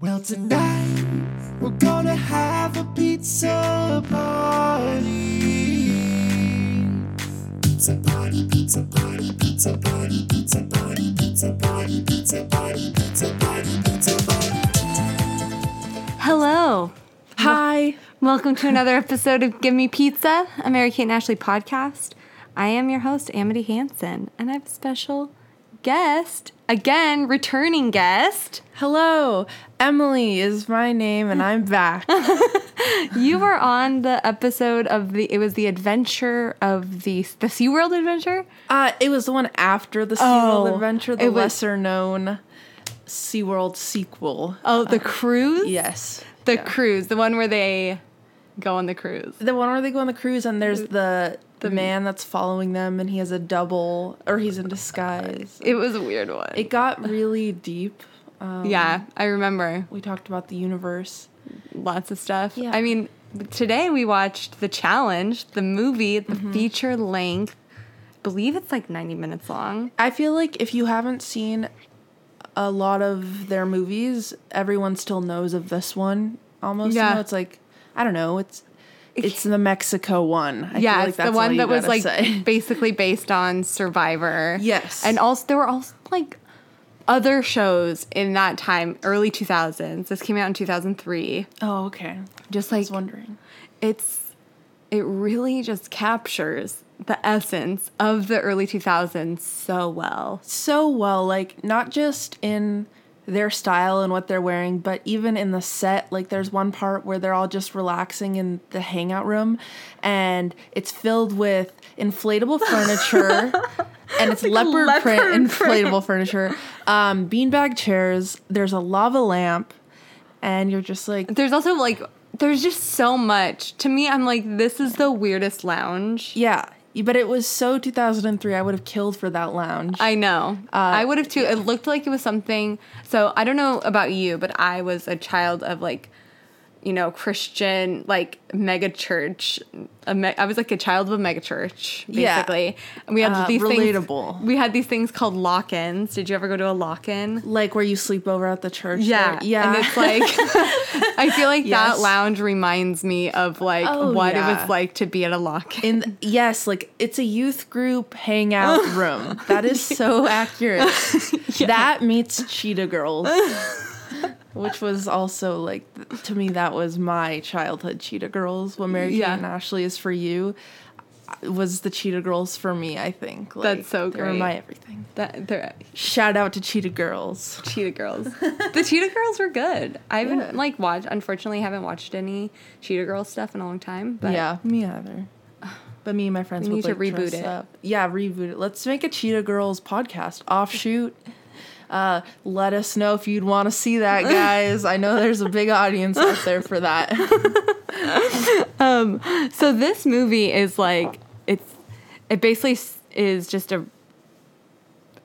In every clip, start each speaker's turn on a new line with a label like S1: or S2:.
S1: Well, tonight we're gonna have a pizza party. Pizza party, pizza party, pizza party, pizza party, pizza party, pizza party, pizza party, pizza party.
S2: Hello.
S3: Hi.
S2: Welcome to another episode of Give Me Pizza, a Mary Kate and Ashley podcast. I am your host, Amity Hansen, and I have a special guest, again, returning guest.
S3: Hello. Emily is my name and I'm back.
S2: You were on the episode of the, it was the adventure of the, the SeaWorld adventure?
S3: Uh, it was the one after the
S2: Oh,
S3: SeaWorld adventure,
S2: it
S3: the
S2: was-
S3: lesser known SeaWorld sequel.
S2: Oh, the cruise?
S3: Yes.
S2: The cruise, the one where they go on the cruise.
S3: The one where they go on the cruise and there's the the man that's following them and he has a double or he's in disguise.
S2: It was a weird one.
S3: It got really deep. Um,
S2: yeah, I remember.
S3: We talked about the universe.
S2: lots of stuff.
S3: Yeah.
S2: I mean, today we watched The Challenge, the movie, the feature length. believe it's like 90 minutes long.
S3: I feel like if you haven't seen a lot of their movies, everyone still knows of this one almost.
S2: Yeah.
S3: You know, it's like I don't know, it's it's the Mexico one. I
S2: yeah,
S3: feel like
S2: it's
S3: that's
S2: the
S3: all
S2: one
S3: you
S2: that was
S3: gotta
S2: like
S3: say.
S2: basically based on Survivor.
S3: Yes.
S2: And also there were also like other shows in that time, early 2000s. This came out in 2003.
S3: Oh, okay.
S2: Just
S3: I
S2: like
S3: was wondering.
S2: it's it really just captures the essence of the early 2000s so well.
S3: So well, like not just in their style and what they're wearing, but even in the set, like there's one part where they're all just relaxing in the hangout room and it's filled with inflatable furniture and it's leopard,
S2: leopard
S3: print
S2: print.
S3: inflatable furniture, um, beanbag chairs, there's a lava lamp, and you're just like,
S2: there's also like there's just so much to me i'm like this is the weirdest lounge
S3: yeah. But it was so 2003, I would have killed for that lounge.
S2: i know
S3: Uh,
S2: i would have too it looked like it was something so i don't know about you but i was a child of like you know christian like mega church a me- i was like a child of a mega church
S3: Yeah.
S2: basically and we had
S3: Uh,
S2: these
S3: relatable.
S2: things we had these things called lock-ins did you ever go to a lock-in
S3: like where you sleep over at the church.
S2: Yeah,
S3: there. Yeah.
S2: And it's like I feel like that
S3: Yes.
S2: lounge reminds me of like
S3: Oh,
S2: what it
S3: yeah.
S2: was like to be at a lock-in.
S3: In yes, like it's a youth group hangout room. That is so accurate. That meets Cheetah Girls, which was also like th- to me that was my childhood Cheetah Girls. What Mary
S2: Yeah.
S3: Kate and Ashley is for you uh, was the Cheetah Girls for me. I think like,
S2: That's so
S3: they were
S2: great.
S3: my everything.
S2: That, they're
S3: Shout out to Cheetah Girls.
S2: Cheetah Girls. the Cheetah Girls were good. I haven't
S3: Yeah.
S2: like watched. Unfortunately, haven't watched any Cheetah Girls stuff in a long time. But
S3: yeah, me either. But me and my friends
S2: We
S3: would,
S2: need to
S3: like,
S2: reboot
S3: dress
S2: it.
S3: Up. Yeah, reboot it. Let's make a Cheetah Girls podcast offshoot. Uh, let us know if you'd want to see that, guys. I know there's a big audience out there for that.
S2: So this movie is like it's it basically s- is just a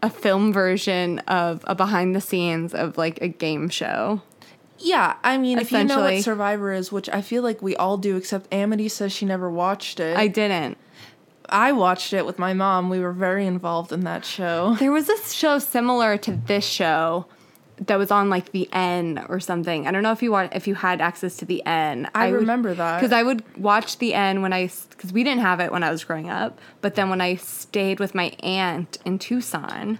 S2: a film version of a behind the scenes of like a game show.
S3: Yeah, I mean, if you know
S2: Essentially.
S3: what Survivor is, which I feel like we all do, except Amity says she never watched it.
S2: I didn't.
S3: I watched it with my mom. We were very involved in that show.
S2: There was this show similar to this show that was on like the N or something. I don't know if you want if you had access to the N.
S3: I remember that.
S2: because I would watch the N when I because we didn't have it when I was growing up. But then when I stayed with my aunt in Tucson,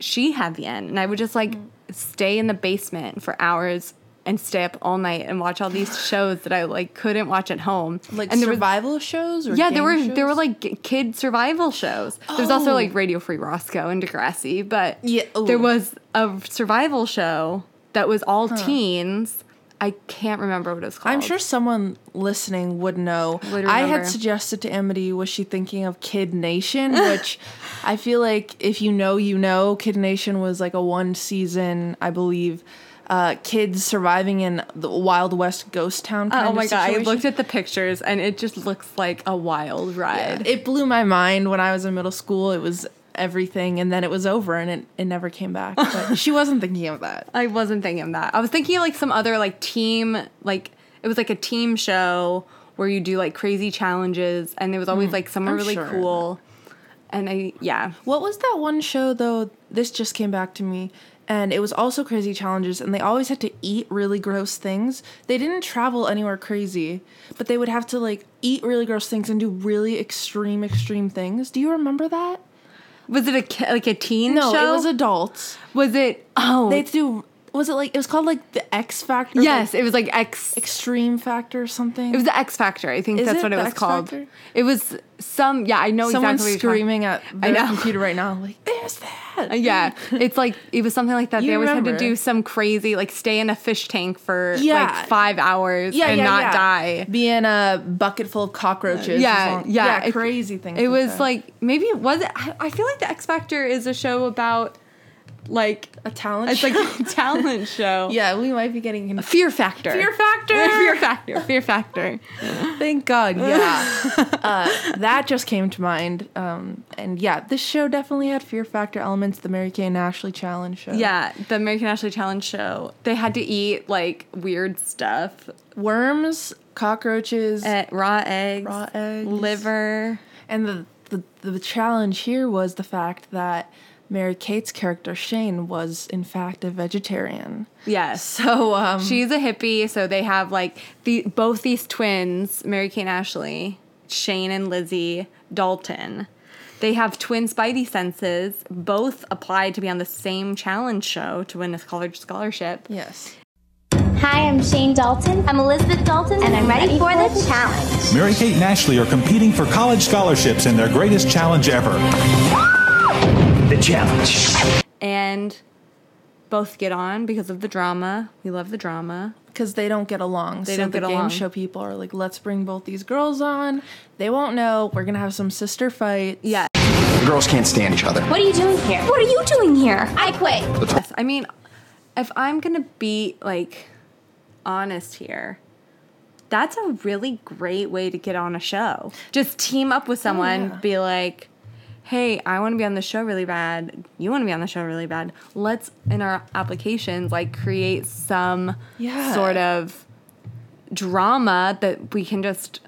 S2: she had the N, and I would just like stay in the basement for hours and stay up all night and watch all these shows that I like couldn't watch at home.
S3: Like
S2: and there was-
S3: survival shows, or
S2: yeah, there
S3: game
S2: were there were
S3: shows?
S2: like g- kid survival shows. There's also
S3: Oh.
S2: like Radio Free Roscoe and Degrassi, but
S3: Yeah, ooh.
S2: there was a survival show that was all teens. I can't remember what it was called.
S3: I'm sure someone listening would know.
S2: Would
S3: I
S2: remember.
S3: had suggested to Amity, was she thinking of Kid Nation? Which I feel like if you know, you know. Kid Nation was like a one season, I believe, uh, kids surviving in the Wild West ghost town. Kind
S2: Oh
S3: of
S2: my god! I
S3: situation.
S2: looked at the pictures and it just looks like a wild ride.
S3: It blew my mind when I was in middle school. It was everything, and then it was over, and it, it never came back. But she wasn't thinking of that.
S2: I wasn't thinking of that. I was thinking of like some other like team like it was like a team show where you do like crazy challenges and there was always like someone
S3: I'm
S2: really
S3: sure.
S2: cool. And I yeah,
S3: What was that one show though? This just came back to me. and it was also crazy challenges and they always had to eat really gross things they didn't travel anywhere crazy but they would have to like eat really gross things and do really extreme extreme things do you remember that
S2: Was it a ki- like a teen
S3: no
S2: show?
S3: it was adults
S2: Was it? Oh,
S3: they had to do was it like it was called like the x factor like,
S2: yes. It was like X.
S3: extreme factor or something
S2: It was the X Factor. I think
S3: Is
S2: that's
S3: it
S2: what it
S3: the
S2: was
S3: X
S2: called.
S3: Factor?
S2: It was some. Yeah, I know
S3: someone
S2: exactly. what you're talking-
S3: screaming at
S2: I
S3: the
S2: know.
S3: computer right now like there's that
S2: Yeah, it's like it was something like that.
S3: You
S2: they always had
S3: remember.
S2: to do some crazy, like stay in a fish tank for
S3: Yeah.
S2: like five hours and not die.
S3: Be in a bucket full of cockroaches.
S2: Yeah,
S3: As long-
S2: yeah, it-
S3: crazy things.
S2: It was
S3: that.
S2: like maybe it was. I, I feel like the X Factor is a show about like
S3: a talent.
S2: it's like a talent show.
S3: yeah, we might be getting confused.
S2: Fear Factor.
S3: Fear Factor.
S2: Fear Factor. Fear Factor.
S3: Thank God. Yeah, uh, that just came to mind. Um, and yeah, this show definitely had Fear Factor elements. The Mary Kay and Ashley challenge show.
S2: Yeah, the American Ashley Challenge show. They had to eat like weird stuff,
S3: worms, cockroaches,
S2: Eh, raw eggs,
S3: Raw eggs.
S2: liver.
S3: and the, the the challenge here was the fact that Mary Kate's character Shane was in fact a vegetarian.
S2: Yes.
S3: So um,
S2: She's a hippie, so they have like the both these twins, Mary Kate and Ashley, Shane and Lizzie Dalton. They have twin Spidey senses, both applied to be on the same challenge show to win a college scholarship.
S3: yes.
S4: Hi, I'm Shane Dalton. I'm Elizabeth Dalton, and I'm ready, for, the challenge.
S5: Mary Kate and Ashley are competing for college scholarships in their greatest challenge ever.
S6: The challenge.
S2: And both get on because of the drama. We love the drama.
S3: because they don't get along. They so
S2: don't
S3: the
S2: get
S3: game
S2: along.
S3: show people are like, let's bring both these girls on. They won't know. We're gonna have some sister fight.
S2: Yeah.
S7: The girls can't stand each other.
S4: What are you doing here? What are you doing here? I quit.
S2: Yes, I mean, if I'm gonna be like honest here, that's a really great way to get on a show. Just team up with someone,
S3: Oh, yeah.
S2: be like, "Hey, I want to be on the show really bad. You want to be on the show really bad. Let's in our applications like create some
S3: Yeah.
S2: sort of drama that we can just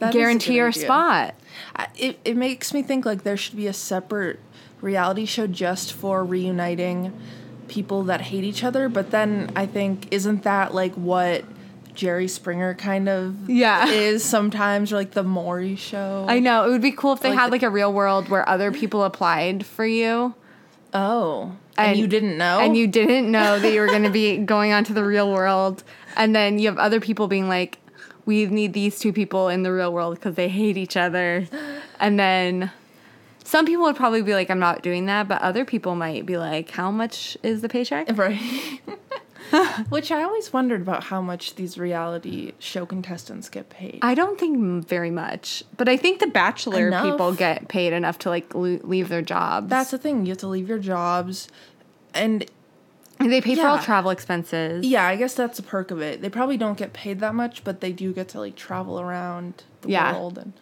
S3: That is a
S2: guarantee
S3: good
S2: our
S3: idea.
S2: spot."
S3: I- It it makes me think like there should be a separate reality show just for reuniting people that hate each other. But then I think isn't that like what Jerry Springer kind of
S2: Yeah.
S3: is sometimes or like the Maury show.
S2: I know it would be cool if they
S3: Like
S2: had
S3: the-
S2: like a real world where other people applied for you.
S3: oh. And, you didn't know?
S2: and you didn't know that you were going to be going on to the real world and then you have other people being like we need these two people in the real world because they hate each other and then some people would probably be like i'm not doing that but other people might be like how much is the paycheck
S3: Right. Which I always wondered about how much these reality show contestants get paid.
S2: i don't think m- very much but i think the bachelor
S3: Enough.
S2: people get paid enough to like lo- leave their jobs
S3: That's the thing. You have to leave your jobs. And
S2: they pay for all
S3: yeah.
S2: travel expenses
S3: yeah, I guess that's a perk of it. They probably don't get paid that much, but they do get to like travel around the
S2: Yeah.
S3: world and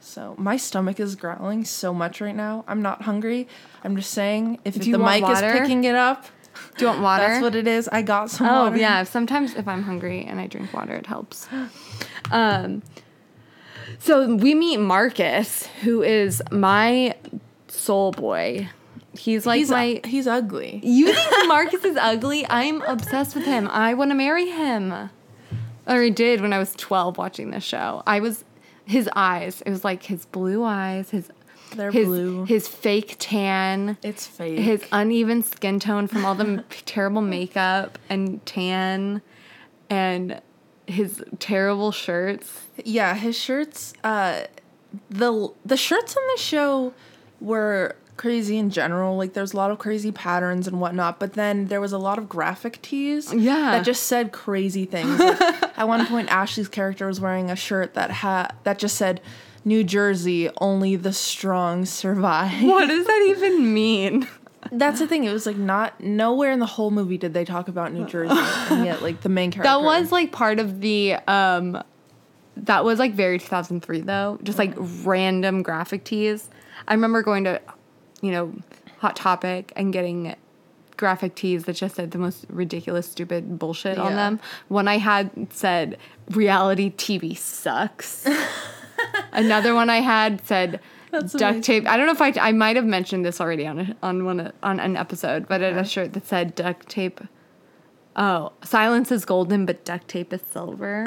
S3: so my stomach is growling so much right now. I'm not hungry. I'm just saying if,
S2: you
S3: the
S2: want
S3: mic
S2: water?
S3: is picking it up,
S2: do you want water
S3: that's what it is. I got some
S2: Oh
S3: water.
S2: yeah, sometimes if I'm hungry and I drink water, it helps. Um, so we meet Marcus, who is my soul boy. He's like
S3: He's
S2: my.
S3: he's ugly.
S2: you think Marcus is ugly? I'm obsessed with him. I want to marry him. Or I did when I was 12 watching this show. I was his eyes. It was like his blue eyes. His
S3: They're
S2: his,
S3: blue.
S2: His fake tan
S3: it's fake.
S2: his uneven skin tone from all the m- terrible makeup and tan and his terrible shirts.
S3: Yeah, his shirts. Uh, the the shirts on the show were crazy in general. Like there's a lot of crazy patterns and whatnot. But then there was a lot of graphic tees.
S2: Yeah.
S3: that just said crazy things. Like, at one point, Ashley's character was wearing a shirt that had that just said. New Jersey, only the strong survive.
S2: What does that even mean?
S3: That's the thing. It was like not nowhere in the whole movie did they talk about New Jersey, and yet like the main character.
S2: That was like part of the um that was like very 2003 though, just like random graphic tees. I remember going to you know Hot Topic and getting graphic tees that just said the most ridiculous stupid bullshit on
S3: Yeah.
S2: them. One I had said reality TV sucks. Another one I had said
S3: That's
S2: duct tape. I don't know if I I might have mentioned this already on a, on one of- on an episode, but I had a shirt that said duct tape. Oh, silence is golden, but duct tape is silver.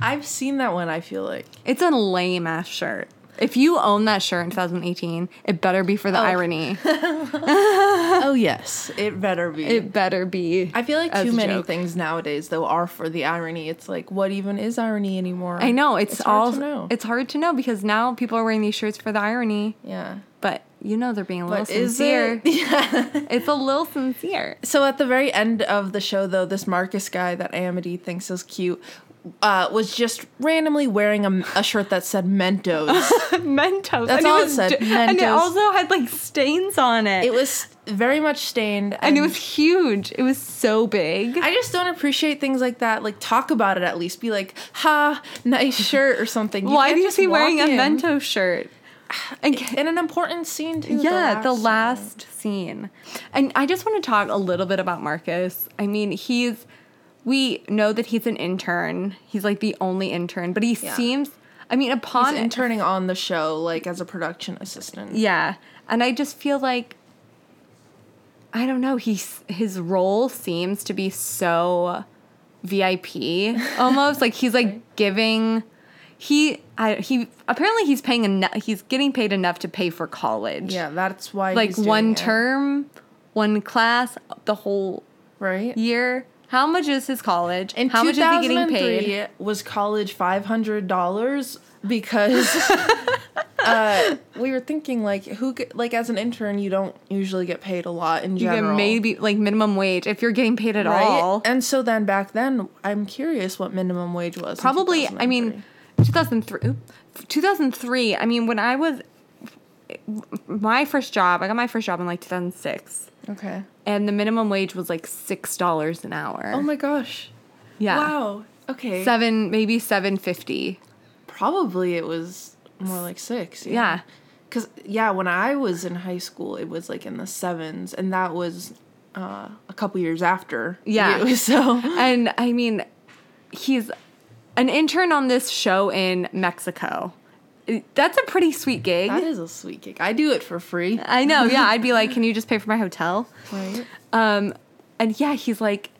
S3: I've seen that one. I feel like
S2: it's a lame ass shirt. If you own that shirt in 2018, it better be for the irony.
S3: oh yes, it better be.
S2: It better be.
S3: I feel like
S2: as
S3: too
S2: a
S3: many
S2: joke.
S3: things nowadays though are for the irony. It's like what even is irony anymore?
S2: I know it's,
S3: It's hard
S2: all.
S3: to know.
S2: It's hard to know because now people are wearing these shirts for the irony,
S3: Yeah.
S2: but you know they're being a little
S3: But is
S2: sincere.
S3: it? Yeah.
S2: It's a little sincere.
S3: So at the very end of the show, though, this Marcus guy that Amity thinks is cute uh, was just randomly wearing a, a shirt that said Mentos.
S2: Mentos.
S3: That's
S2: and
S3: all it
S2: was
S3: said,
S2: d- And it
S3: Mentos.
S2: also had like stains on it.
S3: it was very much stained,
S2: and it was huge. It was so big.
S3: I just don't appreciate things like that. Like talk about it at least. Be like, "Ha, nice shirt" or something.
S2: Why
S3: can't
S2: do you
S3: just
S2: see wearing
S3: walk
S2: a
S3: in.
S2: Mentos shirt? And ca-
S3: In an important scene too.
S2: yeah, the
S3: scene.
S2: last scene. And I just want to talk a little bit about Marcus. I mean, he's we know that he's an intern. He's like the only intern, but he
S3: Yeah.
S2: seems I mean, upon
S3: He's interning on the show, like as a production assistant.
S2: Yeah. And I just feel like I don't know, he's his role seems to be so VIP almost like he's like giving he I, he apparently he's paying enough he's getting paid enough to pay for college.
S3: Yeah, that's why.
S2: Like
S3: he's doing
S2: one
S3: it,
S2: term, one class, the whole
S3: right?
S2: year. How much is his college?
S3: In
S2: How much is he getting
S3: 2003,
S2: paid?
S3: Was college five hundred dollars? Because uh, we were thinking, like, who, g- like, as an intern, you don't usually get paid a lot in
S2: You
S3: general.
S2: get maybe like minimum wage if you're getting paid at
S3: right?
S2: all.
S3: And so then back then, I'm curious what minimum wage was. in
S2: probably i mean 2003 oop, 2003 i mean when i was my first job i got my first job in like 2006
S3: 2003. okay.
S2: and the minimum wage was like six dollars an hour
S3: Oh my gosh!
S2: yeah
S3: Wow. Okay.
S2: seven maybe 750
S3: Probably it was more like six.
S2: yeah
S3: Cause yeah, when I was in high school, it was like in the sevens, and that was uh, a couple years after.
S2: Yeah.
S3: you, so
S2: and i mean he's an intern on this show in mexico It- that's a pretty sweet gig
S3: that is a sweet gig. I do it for free.
S2: i know yeah i'd be like can you just pay for my hotel
S3: Right.
S2: Um, and yeah, he's like,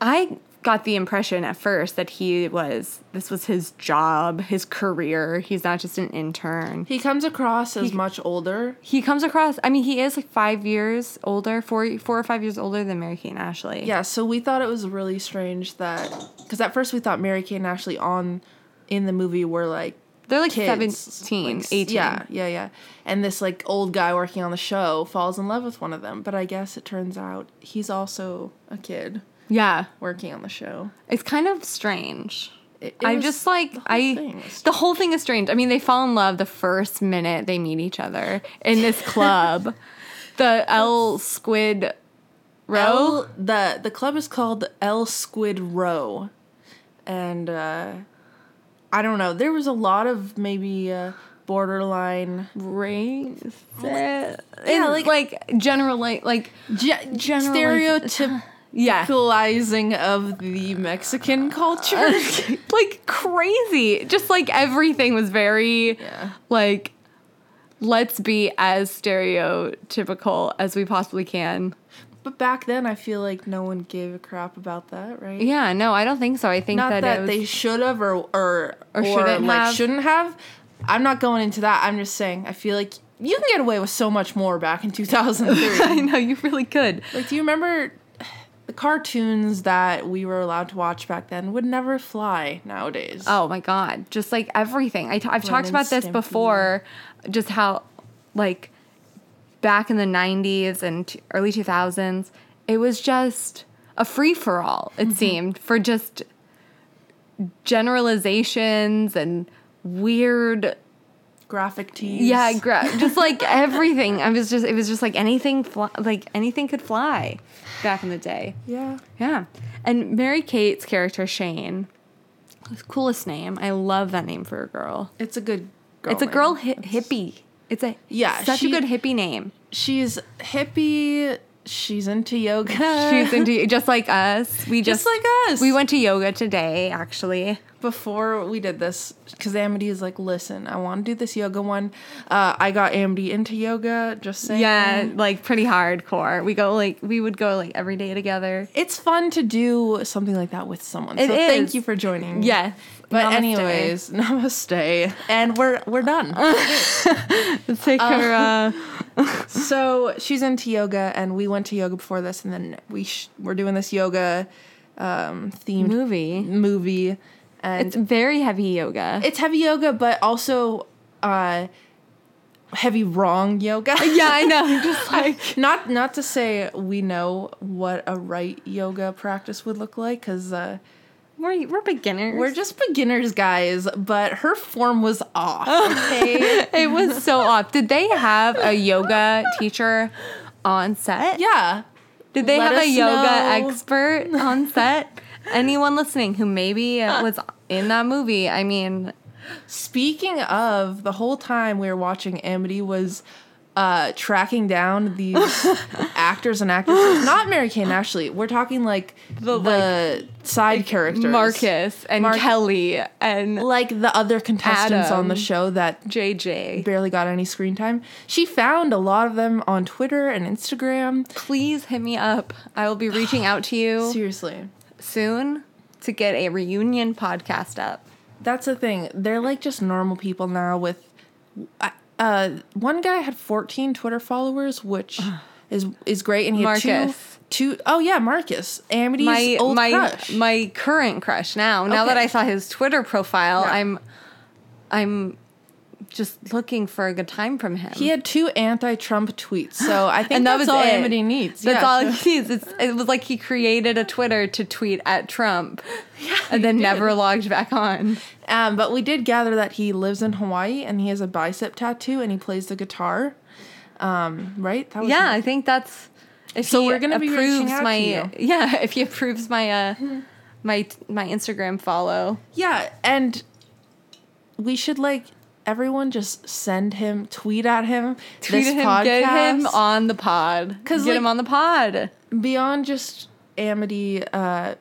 S2: I got the impression at first that he was, this was his job, his career. He's not just an intern.
S3: He comes across as much older.
S2: He comes across, I mean, he is like five years older, four, four or five years older than Mary Kate and Ashley.
S3: Yeah, so we thought it was really strange that because at first we thought Mary Kate and Ashley on in the movie were like
S2: They're like
S3: kids,
S2: 17,
S3: like,
S2: 18.
S3: Yeah, yeah, yeah. And this like old guy working on the show falls in love with one of them, but I guess it turns out he's also a kid
S2: Yeah.
S3: working on the show.
S2: It's kind of strange.
S3: It- it
S2: I'm
S3: was-
S2: just like
S3: the whole thing
S2: I
S3: was
S2: the whole thing is strange. I mean, they fall in love the first minute they meet each other in this club. the L Squid Row.
S3: L, the the club is called L Squid Row, and uh, I don't know. There was a lot of maybe uh, borderline
S2: racist.
S3: Yeah,
S2: And,
S3: like-
S2: like, generally like Generaliz- yeah.
S3: stereotypicalizing of the Mexican culture.
S2: like crazy. Just like everything was very
S3: Yeah.
S2: like let's be as stereotypical as we possibly can.
S3: but back then, I feel like no one gave a crap about that, right?
S2: Yeah, no, I don't think so. I think
S3: Not
S2: that,
S3: that,
S2: it was,
S3: they should have or or or,
S2: shouldn't
S3: like
S2: have.
S3: shouldn't have. I'm not going into that. I'm just saying I feel like you can get away with so much more back in 2003.
S2: I know you really could.
S3: Like, do you remember the cartoons that we were allowed to watch back then would never fly nowadays?
S2: Oh my god, just like everything. I t- I've
S3: Ren
S2: talked about
S3: and
S2: this
S3: Stimpy.
S2: before, just how like back in the 90s and t- early 2000s, it was just a free for all. It seemed for just generalizations and weird
S3: graphic tees.
S2: yeah, gra- just like everything. I was just it was just like anything fly- like anything could fly back in the day.
S3: yeah.
S2: Yeah. And Mary Kate's character, Shane, coolest name. I love that name for a girl.
S3: It's a good. girl
S2: it's a
S3: name.
S2: girl hi- hippie. It's a
S3: Yeah,
S2: such
S3: she-
S2: a good hippie name.
S3: She's hippie she's into yoga.
S2: She's into just like us. We just,
S3: Just like us.
S2: We went to yoga today, actually.
S3: before we did this because Amity is like, listen, I want to do this yoga one. Uh, I got Amity into yoga. Just saying.
S2: Yeah, like pretty hardcore. We go like we would go like every day together.
S3: It's fun to do something like that with someone.
S2: It
S3: so thank
S2: is.
S3: you for joining.
S2: Yes.
S3: But
S2: Namaste.
S3: anyways, namaste. And we're we're done.
S2: take her. Uh,
S3: so she's into yoga, and we went to yoga before this, and then we sh- we're doing this yoga um, themed
S2: Movie.
S3: movie, and
S2: it's very heavy yoga.
S3: it's heavy yoga, but also uh, heavy wrong yoga.
S2: yeah, I know. Just like
S3: not not to say we know what a right yoga practice would look like, because uh,
S2: we're we're beginners.
S3: we're just beginners, guys. But her form was off. Okay.
S2: it was so off. Did they have a yoga teacher on set?
S3: yeah.
S2: Did they
S3: Let
S2: have a
S3: us
S2: yoga
S3: know.
S2: expert on set? Anyone listening who maybe uh, was in that movie? I mean,
S3: Speaking of, the whole time we were watching Amity was uh, tracking down these actors and actresses. Not Mary Kane, actually. We're talking like the, side characters.
S2: Marcus and
S3: Mark-
S2: Kelly and
S3: Like the other contestants on the
S2: Adam.
S3: show that
S2: JJ.
S3: barely got any screen time. She found a lot of them on Twitter and Instagram.
S2: Please hit me up. I will be reaching out to you
S3: Seriously.
S2: soon to get a reunion podcast up.
S3: That's the thing. They're like just normal people now with I- uh one guy had 14 Twitter followers, which is is great and he had
S2: Marcus.
S3: two, two oh yeah, Marcus. Amity's
S2: my
S3: old
S2: my
S3: crush.
S2: my current crush now. Now that
S3: Okay.
S2: I saw his Twitter profile,
S3: Yeah.
S2: I'm I'm just looking for a good time from him.
S3: he had two anti-Trump tweets. So I think
S2: and that was
S3: that's all
S2: it.
S3: Amity needs.
S2: That's
S3: Yeah.
S2: all he needs. It's, it was like he created a Twitter to tweet at Trump, and then never logged back on.
S3: Um, but we did gather that he lives in Hawaii and he has a bicep tattoo and he plays the guitar. Um, right? That was
S2: Yeah, I think that's. If
S3: So
S2: he
S3: we're gonna be
S2: approves
S3: reaching out to
S2: my
S3: you.
S2: yeah. If he approves my uh my my Instagram follow,
S3: Yeah, and we should like everyone just send him, tweet at him,
S2: tweet
S3: this
S2: at him,
S3: podcast
S2: get him on the pod,
S3: 'Cause,
S2: get him
S3: like-
S2: on the pod.
S3: beyond just Amity. Uh,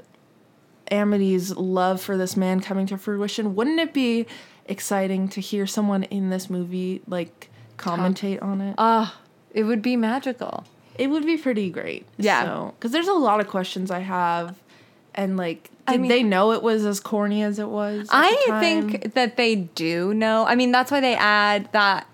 S3: Amity's love for this man coming to fruition. Wouldn't it be exciting to hear someone in this movie like commentate on it?
S2: It would be magical.
S3: it would be pretty great.
S2: Yeah.
S3: because there's a lot of questions I have, and like,
S2: I
S3: did
S2: mean-
S3: they know it was as corny as it was? at the
S2: I
S3: time?
S2: think that they do know. I mean, that's why they add that.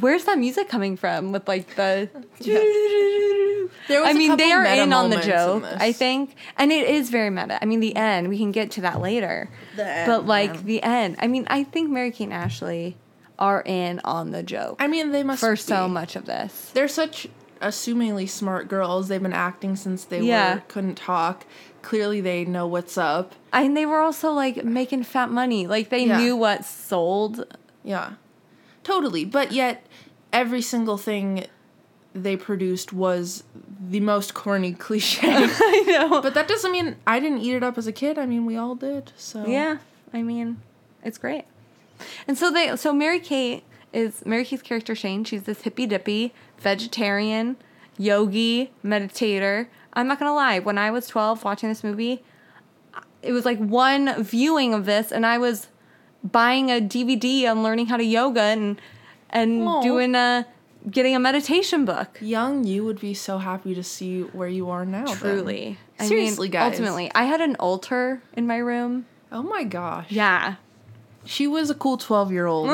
S2: Where's that music coming from? With like the.
S3: There was
S2: I
S3: a
S2: mean, they
S3: couple
S2: are
S3: meta
S2: in on the
S3: moments in
S2: joke.
S3: this.
S2: I think, and it is very meta. I mean, the end. We can get to that later.
S3: The end,
S2: but like
S3: yeah.
S2: the end. I mean, I think Mary Kate and Ashley are in on the joke
S3: I mean, they must
S2: for
S3: be.
S2: so much of this.
S3: They're such assumingly smart girls. They've been acting since they
S2: Yeah.
S3: were couldn't talk. Clearly, they know what's up.
S2: And they were also like making fat money. Like they
S3: Yeah.
S2: knew what sold.
S3: Yeah, totally. But yet, every single thing they produced was the most corny cliche. I know. But that doesn't mean I didn't eat it up as a kid. I mean, we all did. So
S2: Yeah, I mean, it's great. And so they, so Mary Kate is Mary Kate's character Shane. She's this hippy dippy vegetarian, yogi, meditator. I'm not gonna lie. When I was 12 watching this movie, it was like one viewing of this, and I was buying a DVD on learning how to yoga and and
S3: Aw.
S2: doing a getting a meditation book.
S3: young you would be so happy to see where you are now. then.
S2: Truly, I mean,
S3: Seriously, guys.
S2: Ultimately, I had an altar in my room.
S3: Oh my gosh.
S2: Yeah,
S3: She was a cool twelve year old.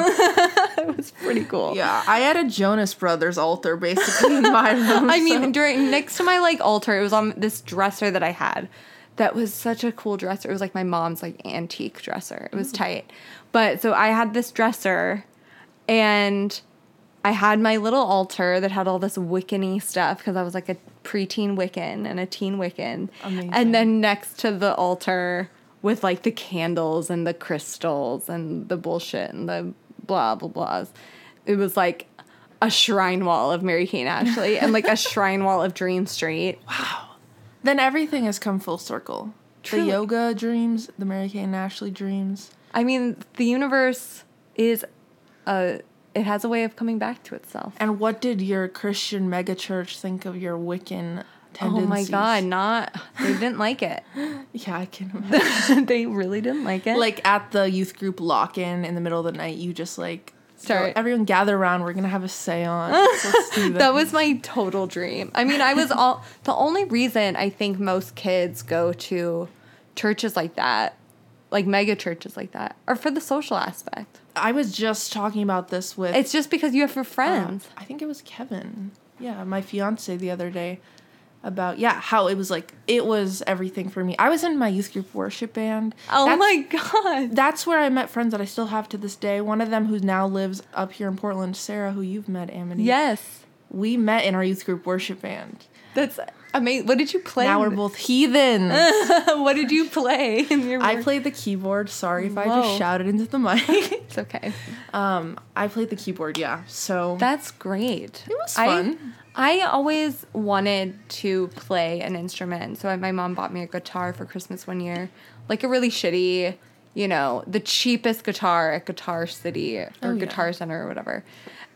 S2: pretty cool.
S3: Yeah, I had a Jonas Brothers altar basically in my room.
S2: I mean, during next to my like altar, it was on this dresser that I had. That was such a cool dresser. It was like my mom's like antique dresser. It was tight. But so I had this dresser and I had my little altar that had all this Wiccan y stuff because I was like a preteen Wiccan and a teen Wiccan.
S3: Amazing.
S2: And then next to the altar with like the candles and the crystals and the bullshit and the blah blah blahs. It was like a shrine wall of Mary Kate and Ashley and like a shrine wall of Dream Street.
S3: then everything has come full circle.
S2: Truly.
S3: The yoga dreams, the Mary Kay and Ashley dreams.
S2: I mean, the universe is a it has a way of coming back to itself.
S3: And what did your Christian megachurch think of your Wiccan
S2: Oh
S3: tendencies?
S2: my god, not they didn't like it.
S3: Yeah, I can imagine.
S2: they really didn't like it.
S3: like at the youth group lock in in the middle of the night, you just like
S2: Start-
S3: Everyone gather around. We're gonna have a séance. Let's do this.
S2: that was my total dream. I mean, I was all the only reason I think most kids go to churches like that, like mega churches like that, are for the social aspect.
S3: I was just talking about this with.
S2: It's just because you have your friends.
S3: I think it was Kevin. Yeah, my fiance the other day about yeah how it was like it was everything for me. I was in my youth group worship band.
S2: Oh
S3: Ah. That's-
S2: my god.
S3: That's where I met friends that I still have to this day. One of them who now lives up here in Portland, Sarah, who you've met, Amity.
S2: Yes.
S3: we met in our youth group worship band.
S2: That's amazing. What did you play?
S3: Now we're both heathen.
S2: what did you play in your
S3: I
S2: work?
S3: played the keyboard. Sorry if I
S2: Whoa.
S3: just shouted into the mic.
S2: It's okay.
S3: I played the keyboard. Yeah. So
S2: That's great. It
S3: was fun.
S2: I, I always wanted to play an instrument. So my mom bought me a guitar for Christmas one year, like a really shitty, you know, the cheapest guitar at Guitar City or Guitar Center or whatever.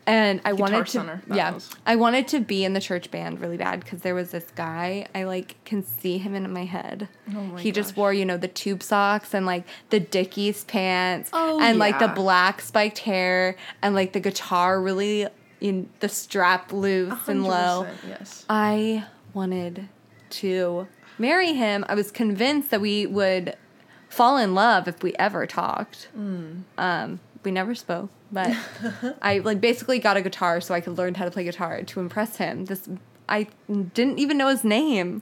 S2: And I wanted to,
S3: Oh, Center, that
S2: yeah,
S3: was-
S2: I wanted to be in the church band really bad because there was this guy I like can see him in my head.
S3: Oh
S2: he just wore you know the tube socks and like the Dickies pants
S3: Oh,
S2: and like the
S3: yeah.
S2: black spiked hair and like the guitar really in the strap loose and low.
S3: 100%, Yes.
S2: I wanted to marry him. I was convinced that we would fall in love if we ever talked.
S3: Hmm.
S2: Um, we never spoke, but I like basically got a guitar so I could learn how to play guitar to impress him. This I didn't even know his name,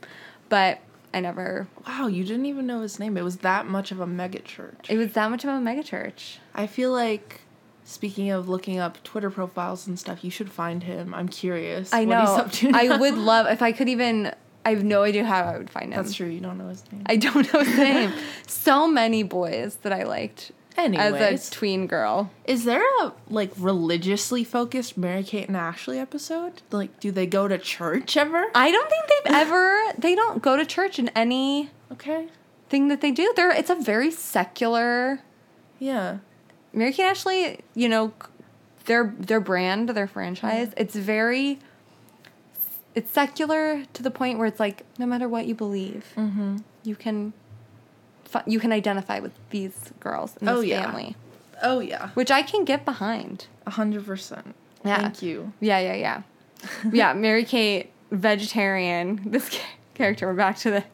S2: but I never.
S3: Wow, you didn't even know his name. It was that much of a megachurch.
S2: It was that much of a megachurch.
S3: I feel like speaking of looking up Twitter profiles and stuff, you should find him. I'm curious.
S2: I know.
S3: What he's up to now.
S2: I would love if I could even. I have no idea how I would find him.
S3: That's true. You don't know his name.
S2: I don't know his name. so many boys that I liked as
S3: Anyways.
S2: a tween girl.
S3: Is there a like religiously focused Mary Kate and Ashley episode? Like, do they go to church ever?
S2: I don't think they've ever. They don't go to church in anything
S3: Okay.
S2: that they do. They're it's a very secular.
S3: Yeah.
S2: Mary Kate and Ashley, you know, c- their their brand, their franchise.
S3: Mm-hmm.
S2: It's very. It's secular to the point where it's like no matter what you believe,
S3: Mm-hmm.
S2: you can. fi- You can identify with these girls and this
S3: Oh, yeah.
S2: family,
S3: Oh yeah.
S2: which I can get behind.
S3: A hundred percent.
S2: Yeah.
S3: Thank you.
S2: Yeah, yeah, yeah. yeah, Mary Kate, vegetarian. This ca- character, we're back to this.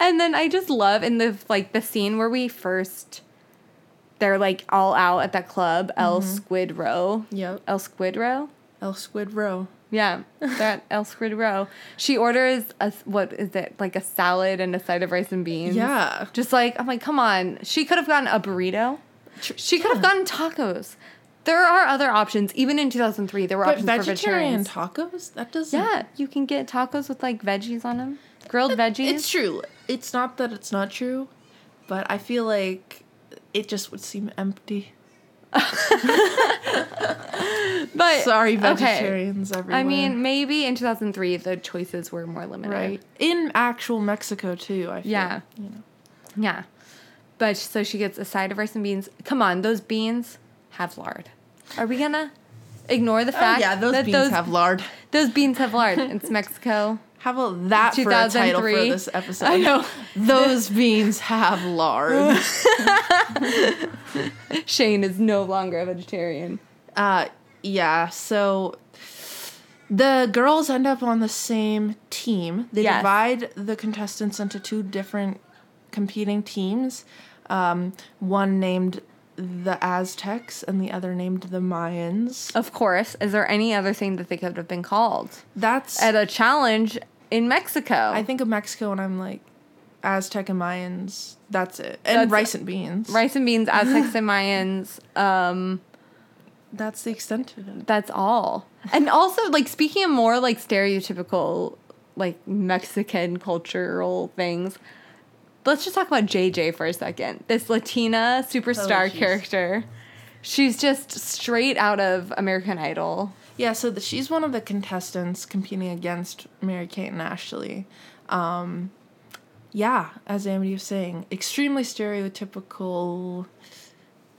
S2: And then I just love in the like the scene where we first they're like all out at that club, El
S3: Mm-hmm.
S2: Squid Row.
S3: Yep.
S2: El Squid Row?
S3: El Squid Row.
S2: Yeah, they're at El Squid Row. She orders a what is it? Like a salad and a side of rice and beans.
S3: Yeah.
S2: Just like I'm like, come on. She could have gotten a burrito. She could have gotten tacos. There are other options. Even in 2003, there were
S3: But
S2: options
S3: vegetarian
S2: for vegetarians.
S3: tacos? That doesn't.
S2: Yeah, you can get tacos with like veggies on them, grilled veggies.
S3: It's true. It's not that it's not true, but I feel like it just would seem empty.
S2: But
S3: Sorry,
S2: okay.
S3: vegetarians everywhere.
S2: I mean, maybe in 2003 the choices were more limited.
S3: right in actual Mexico too. I feel.
S2: Yeah. Yeah. But so she gets a side of rice and beans. Come on, those beans have lard. Are we gonna ignore the
S3: Oh,
S2: fact
S3: yeah, those
S2: that
S3: beans have lard.
S2: those beans have lard? It's Mexico.
S3: How about that for a title for
S2: 2003.
S3: this episode?
S2: I know.
S3: Those beans have lard.
S2: Shane is no longer a vegetarian.
S3: Uh, yeah, so the girls end up on the same team. They
S2: Yes.
S3: divide the contestants into two different competing teams. Um, one named the Aztecs and the other named the Mayans.
S2: Of course, is there any other thing that they could have been called
S3: That's
S2: at a challenge in Mexico?
S3: I think of Mexico and I'm like Aztec and Mayans. That's it. And
S2: That's-
S3: rice and beans.
S2: rice and beans, Aztecs and Mayans. Um,
S3: That's the extent of it.
S2: that's all. And also, like speaking of more like stereotypical, like Mexican cultural things, let's just talk about JJ for a second. This Latina superstar
S3: Oh, jeez.
S2: character, she's just straight out of American Idol.
S3: Yeah, so the, she's one of the contestants competing against Mary Kate and Ashley. Um, yeah, as Amity was saying, extremely stereotypical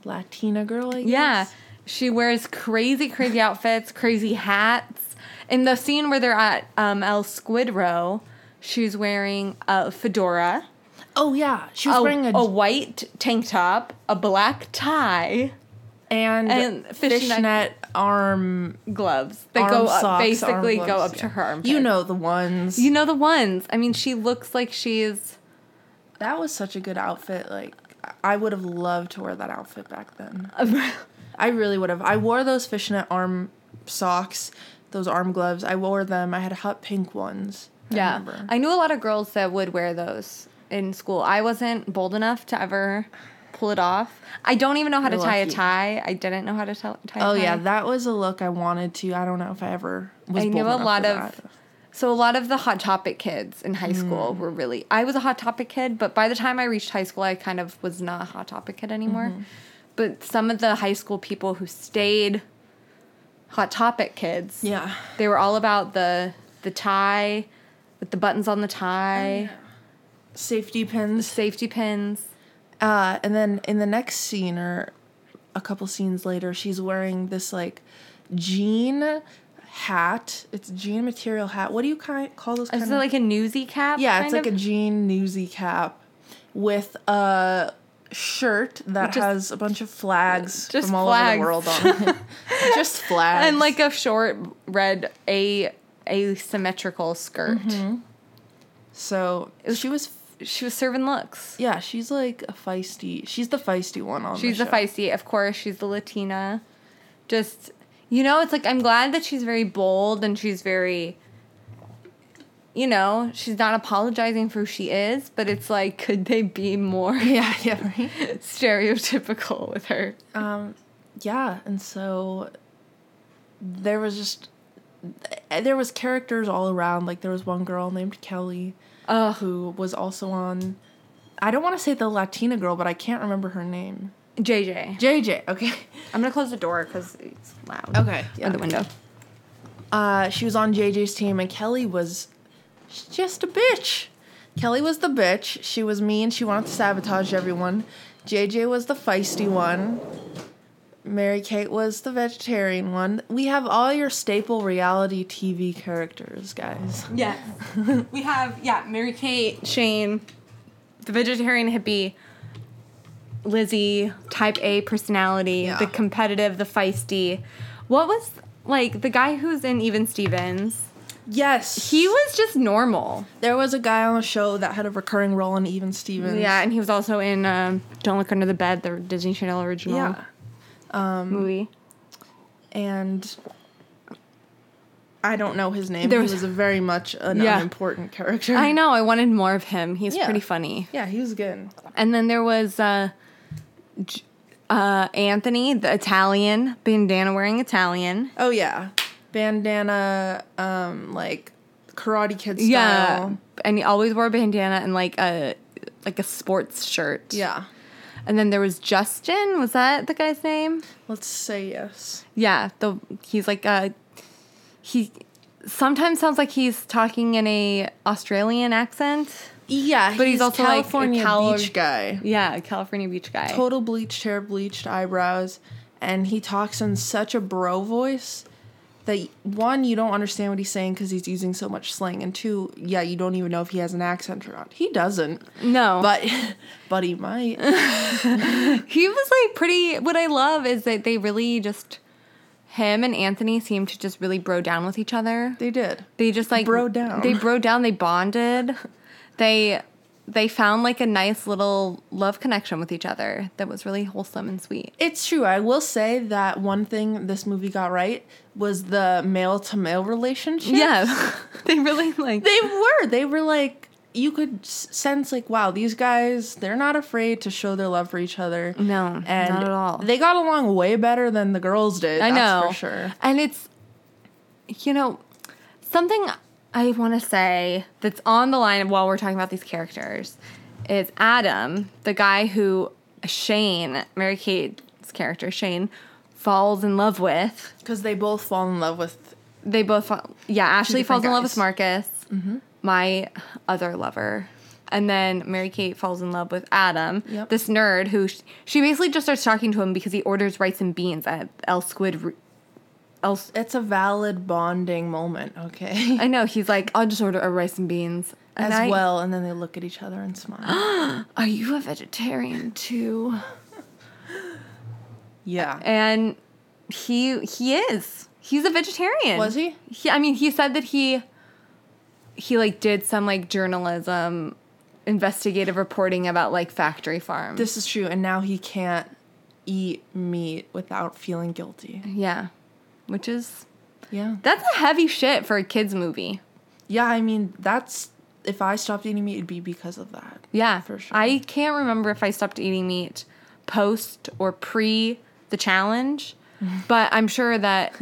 S3: Latina girl, I guess.
S2: Yeah, She wears crazy, crazy outfits, crazy hats. In the scene where they're at um, El Squid Row, she's wearing a fedora,
S3: Oh yeah, she was
S2: a,
S3: wearing a,
S2: a white tank top, a black tie,
S3: and,
S2: and
S3: fishnet,
S2: fishnet-
S3: arm
S2: gloves that
S3: arm
S2: go up,
S3: socks,
S2: basically
S3: arm
S2: go
S3: gloves,
S2: up
S3: yeah.
S2: to her armpit.
S3: You know the ones.
S2: you know the ones. I mean, she looks like she's.
S3: that was such a good outfit. Like I- I would have loved to wear that outfit back then. I really would have. I wore those fishnet arm socks, those arm gloves. I wore them. I had hot pink ones. I
S2: Yeah.
S3: remember.
S2: I knew a lot of girls that would wear those in school. I wasn't bold enough to ever pull it off. I don't even know how to
S3: You're
S2: tie
S3: lucky.
S2: a tie. I didn't know how to tie, tie a tie.
S3: Oh yeah, that was a look I wanted to. I don't know if I ever was.
S2: I
S3: bold
S2: knew a
S3: enough for
S2: lot of
S3: that. Mm.
S2: so a lot of the hot topic kids in high school were really I was a hot topic kid, but by the time I reached high school I kind of was not a hot topic kid anymore.
S3: Mm-hmm.
S2: But some of the high school people who stayed hot topic kids.
S3: Yeah.
S2: They were all about the the tie with the buttons on the tie,
S3: Oh, safety pins.
S2: safety pins.
S3: Uh, and then in the next scene or a couple scenes later, she's wearing this like jean hat. It's jean material hat. What do you ki- call those? Kind
S2: Is it like a newsy cap?
S3: yeah, it's
S2: kind
S3: like
S2: of?
S3: a jean newsy cap with a shirt that
S2: Just-
S3: has a bunch of flags
S2: Just
S3: from all
S2: flags.
S3: over the world on. it. just flags
S2: and like a short red a asymmetrical skirt.
S3: Mm-hmm. so. She was
S2: She was serving looks.
S3: yeah. She's like a feisty. She's the feisty one on.
S2: She's
S3: the
S2: the
S3: show.
S2: feisty, of course. She's the Latina. Just you know, it's like I'm glad that she's very bold and she's very. You know, she's not apologizing for who she is, but it's like, could they be more
S3: Yeah, yeah, right.
S2: stereotypical with her?
S3: yeah and so there was just there was characters all around like there was one girl named kelly who was also on i don't want to say the latina girl but i can't remember her name
S2: JJ.
S3: jj okay
S2: I'm gonna close the door because it's loud.
S3: okay
S2: Or the window.
S3: uh, she was on jj's team and kelly was just a bitch kelly was the bitch she was mean she wanted to sabotage everyone jj was the feisty one Mary Kate was the vegetarian one. We have all your staple reality TV characters, guys.
S2: Yes. we have, yeah, Mary Kate, Shane, the vegetarian hippie, Lizzie, type A personality,
S3: Yeah.
S2: the competitive, the feisty. What was, like, the guy who's in Even Stevens?
S3: Yes.
S2: He was just normal.
S3: there was a guy on the show that had a recurring role in Even Stevens.
S2: Yeah, and he was also in um, Don't Look Under the Bed, the Disney Channel original
S3: Yeah.
S2: movie.
S3: And I don't know his name.
S2: There
S3: he
S2: was-
S3: was a very much an
S2: Yeah.
S3: unimportant character.
S2: I know, I wanted more of him. He's
S3: Yeah.
S2: pretty funny.
S3: Yeah, he was good.
S2: And then there was uh, J- uh, Anthony, the Italian, bandana wearing Italian.
S3: Oh yeah. Bandana, um, like karate kid style.
S2: Yeah, and he always wore a bandana and like a like a sports shirt.
S3: Yeah.
S2: and then there was Justin. Was that the guy's name?
S3: Let's say yes.
S2: Yeah, the he's like a he sometimes sounds like he's talking in a Australian accent.
S3: Yeah,
S2: But he's also, like, a
S3: California
S2: Cali-
S3: beach guy.
S2: Yeah, California beach guy.
S3: total bleached hair, bleached eyebrows, and he talks in such a bro voice that one, you don't understand what he's saying because he's using so much slang, and two, yeah, you don't even know if he has an accent or not. He doesn't,
S2: No,
S3: but but he might.
S2: he was like pretty. What I love is that they really just him and Anthony seemed to just really bro down with each other.
S3: They did.
S2: They just like
S3: Bro down.
S2: They bro down. They bonded. They they found like a nice little love connection with each other that was really wholesome and sweet.
S3: It's true. I will say that one thing this movie got right was the male to male relationship.
S2: Yeah, they really like.
S3: They were. They were like you could s- sense like wow, these guys they're not afraid to show their love for each other.
S2: No,
S3: and
S2: not at all.
S3: They got along way better than the girls did.
S2: I
S3: that's
S2: know
S3: for sure.
S2: and it's you know something I want to say that's on the line while we're talking about these characters is Adam, the guy who Shane, Mary Kate's character Shane, falls in love with.
S3: Because they both fall in love with.
S2: they both fall, yeah ashley
S3: different Mm-hmm.
S2: falls in love
S3: guys.
S2: with marcus my other lover And then Mary Kate falls in love with Adam,
S3: Yep.
S2: this nerd who sh- she basically just starts talking to him because he orders rice and beans at El Squid. Re- El-
S3: It's a valid bonding moment, okay?
S2: I know he's like, I'll just order a rice and beans And
S3: As
S2: I-
S3: well, and then they look at each other and smile.
S2: Are you a vegetarian too?
S3: yeah.
S2: And he he is. He's a vegetarian.
S3: Was he?
S2: He, I mean, he said that he he like did some like journalism investigative reporting about like factory farms.
S3: This is true, and now he can't eat meat without feeling guilty.
S2: yeah. Which is
S3: Yeah.
S2: that's a heavy shit for a kids movie.
S3: Yeah, I mean, that's if I stopped eating meat, it'd be because of that.
S2: Yeah.
S3: For sure.
S2: I can't remember if I stopped eating meat post or pre the challenge, but I'm sure that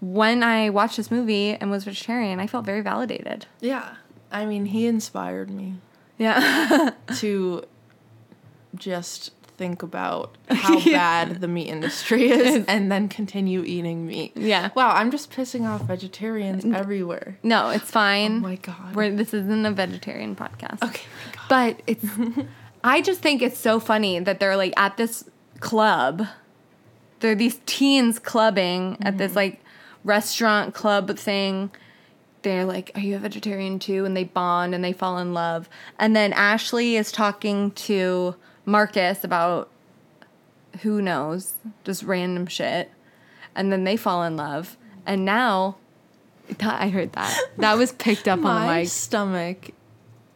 S2: when I watched this movie and was vegetarian, I felt very validated.
S3: Yeah. I mean, he inspired me
S2: Yeah.
S3: to just think about how bad the meat industry is and then continue eating meat.
S2: Yeah.
S3: Wow, I'm just pissing off vegetarians everywhere.
S2: No, it's fine.
S3: Oh my God.
S2: We're, this isn't a vegetarian podcast.
S3: Okay. my God.
S2: But it's, I just think it's so funny that they're like at this club. There are these teens clubbing at
S3: Mm-hmm.
S2: this like restaurant club thing. They're like, Are you a vegetarian too? And they bond and they fall in love. And then Ashley is talking to Marcus about who knows, just random shit. And then they fall in love. And now, I heard that. That was picked up on the
S3: My
S2: mic.
S3: stomach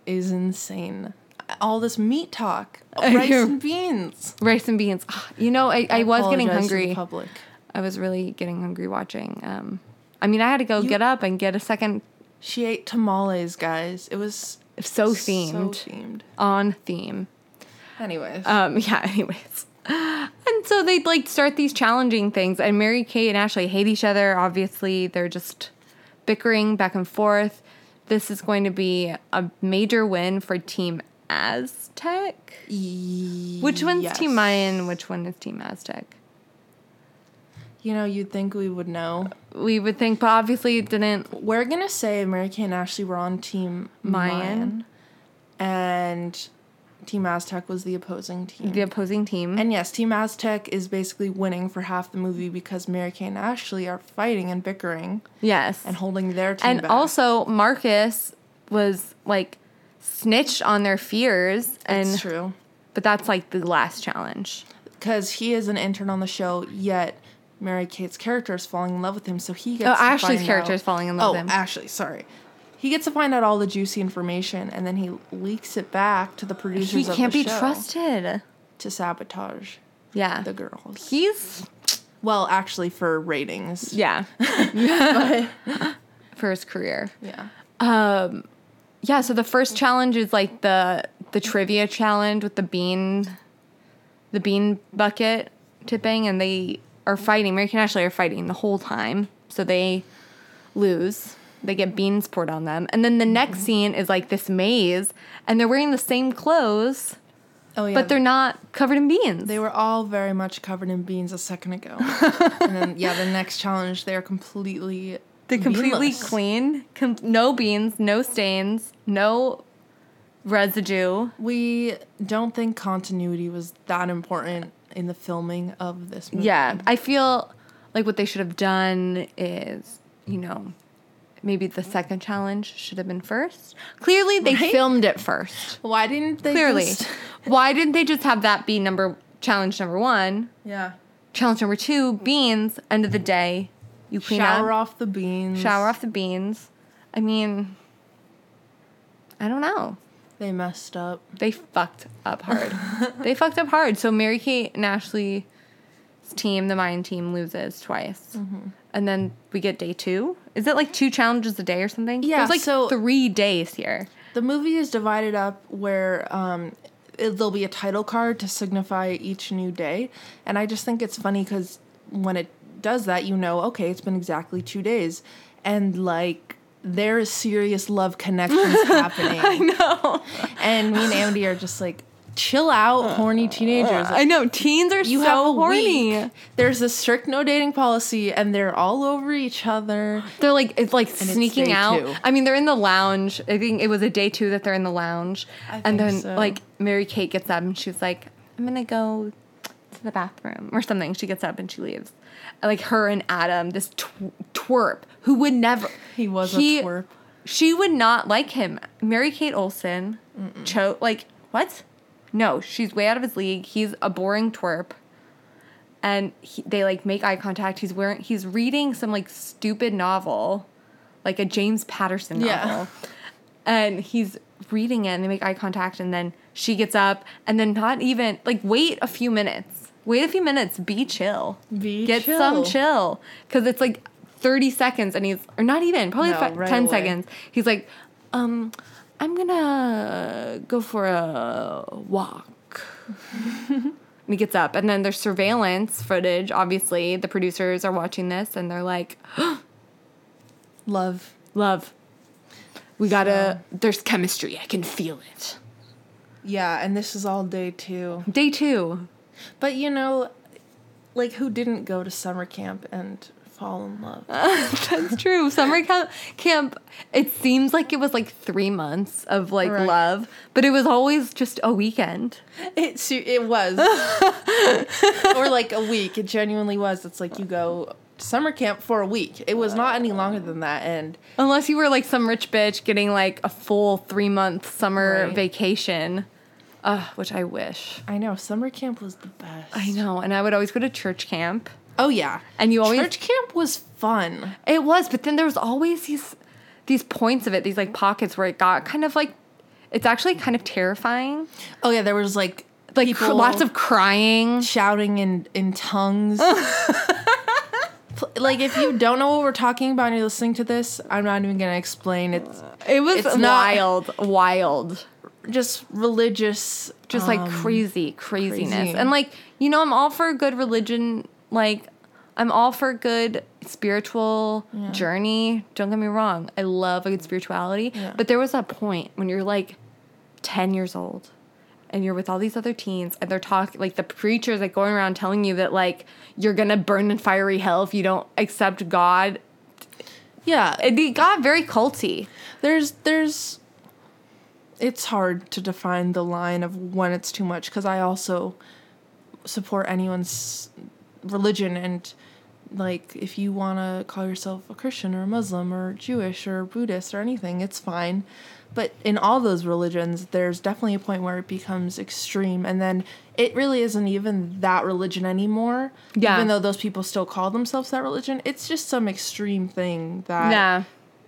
S3: is insane. All this meat talk, rice and beans.
S2: rice and beans. Ah, You know, I, I was getting
S3: Apologize to the
S2: hungry.
S3: public.
S2: I was really getting hungry watching. Um, I mean, I had to go get up and get a second
S3: She ate tamales, guys. It was
S2: so
S3: so
S2: themed
S3: themed.
S2: on theme.
S3: Anyways,
S2: Um, yeah. Anyways, and so they'd like start these challenging things, and Mary Kate and Ashley hate each other. Obviously, they're just bickering back and forth. This is going to be a major win for Team Aztec. Which one's Team
S3: yes.
S2: Mayan? Which one is Team Aztec?
S3: you know, you'd think we would know.
S2: We would think, but obviously it didn't
S3: We're gonna say Mary Kay and Ashley were on Team
S2: Mayan.
S3: Mayan, and Team Aztec was the opposing team.
S2: the opposing team.
S3: And yes, Team Aztec is basically winning for half the movie because Mary Kay and Ashley are fighting and bickering
S2: yes.
S3: and holding their team
S2: and
S3: back.
S2: also Marcus was like snitched on their fears and
S3: it's true
S2: but that's like the last challenge.
S3: because he is an intern on the show, yet Mary Kate's character is falling in love with him, so he gets
S2: Oh,
S3: to
S2: Ashley's
S3: find
S2: character
S3: out-
S2: is falling in love
S3: oh,
S2: with him.
S3: Ashley, sorry. He gets to find out all the juicy information, and then he leaks it back to the producers.
S2: He
S3: of the
S2: can't be
S3: show
S2: trusted.
S3: to sabotage
S2: Yeah.
S3: the girls.
S2: He's
S3: well, actually, for ratings.
S2: yeah. For his career.
S3: Yeah.
S2: Um, Yeah, so the first challenge is like the the trivia challenge with the bean the bean bucket tipping and they are fighting. Mary Kay and Ashley are fighting the whole time. So they lose. They get beans poured on them. And then the next
S3: Mm-hmm.
S2: scene is like this maze and they're wearing the same clothes,
S3: Oh yeah.
S2: but they're not covered in beans.
S3: They were all very much covered in beans a second ago. and then yeah, the next challenge they are completely
S2: They're completely
S3: beanless.
S2: clean. Com- no beans, no stains, no residue.
S3: We don't think continuity was that important in the filming of this movie.
S2: Yeah, I feel like what they should have done is, you know, maybe the second challenge should have been first. Clearly, they filmed it first.
S3: Why didn't they
S2: Clearly,
S3: just-
S2: why didn't they just have that be number challenge number one,
S3: yeah.
S2: challenge number two, beans? End of the day, you clean
S3: Shower
S2: up,
S3: off the beans.
S2: shower off the beans. I mean, I don't know.
S3: They messed up.
S2: They fucked up hard. they fucked up hard. So Mary Kate and Ashley's team, the Mayan team, loses twice, and then we get day two. Is it like two challenges a day or something?
S3: Yeah,
S2: there's like
S3: so-
S2: three days here.
S3: The movie is divided up where um, it, there'll be a title card to signify each new day. And I just think it's funny because when it does that, you know, okay, it's been exactly two days. And like, there is serious love connections happening. I know. And me and Amity are just like, chill out, horny teenagers.
S2: I know teens are
S3: you
S2: so
S3: have a
S2: horny.
S3: week. There's a strict no dating policy, and they're all over each other.
S2: They're like it's like
S3: it's
S2: sneaking
S3: day
S2: out.
S3: two.
S2: I mean, they're in the lounge. I think it was a day two that they're in the lounge, and
S3: think
S2: then
S3: so.
S2: like Mary Kate gets up and she's like, "I'm gonna go to the bathroom or something." She gets up and she leaves. Like her and Adam, this tw- twerp who would never.
S3: He was a twerp.
S2: She would not like him. Mary Kate Olsen, cho like what? No, she's way out of his league. He's a boring twerp. And he, they like make eye contact. He's wearing, he's reading some like stupid novel, like a James Patterson novel.
S3: Yeah.
S2: And he's reading it and they make eye contact. And then she gets up and then not even, like, wait a few minutes. Wait a few minutes. Be chill.
S3: Be
S2: Get some
S3: chill.
S2: chill. Cause it's like 30 seconds and he's, or not even, probably
S3: No,
S2: fi-
S3: right
S2: 10
S3: away.
S2: seconds. He's like, um, I'm gonna go for a walk. and he gets up, and then there's surveillance footage. Obviously, the producers are watching this, and they're like,
S3: Love.
S2: "Love, we gotta." There's chemistry. I can feel it.
S3: Yeah, and this is all day two.
S2: Day two.
S3: But you know, like who didn't go to summer camp and fall in love?
S2: That's true. Summer camp, camp. It seems like it was like three months of like
S3: Right.
S2: love, but it was always just a weekend.
S3: It su- it was, or like a week. It genuinely was. It's like you go to summer camp for a week. It was not any longer than that, and
S2: Unless you were like some rich bitch getting like a full three month summer
S3: Right.
S2: vacation, uh, which I wish.
S3: I know summer camp was the best.
S2: I know. And I would always go to church camp.
S3: Oh yeah,
S2: And you always-
S3: church camp was fun.
S2: It was, but then there was always these these points of it, these like pockets where it got kind of like it's actually kind of terrifying.
S3: Oh yeah, there was like
S2: Like cr-
S3: people
S2: lots of crying.
S3: shouting in in tongues. Pl- like if you don't know what we're talking about and you're listening to this, I'm not even gonna explain. It's
S2: It was
S3: It's not-
S2: wild, wild.
S3: just religious.
S2: Just like crazy, craziness.
S3: crazy.
S2: And like, you know, I'm all for good religion, like I'm all for good spiritual journey. Don't get me wrong. I love a good spirituality. But there was a point when you're like 10 years old and you're with all these other teens and they're talking like the preachers like going around telling you that like you're gonna burn in fiery hell if you don't accept god
S3: Yeah,
S2: and it got very culty
S3: there's there's it's hard to define the line of when it's too much because i also support anyone's religion and like if you want to call yourself a christian or a muslim or jewish or buddhist or anything it's fine but in all those religions there's definitely a point where it becomes extreme and then it really isn't even that religion anymore
S2: Yeah.
S3: even though those people still call themselves that religion it's just some extreme thing that
S2: yeah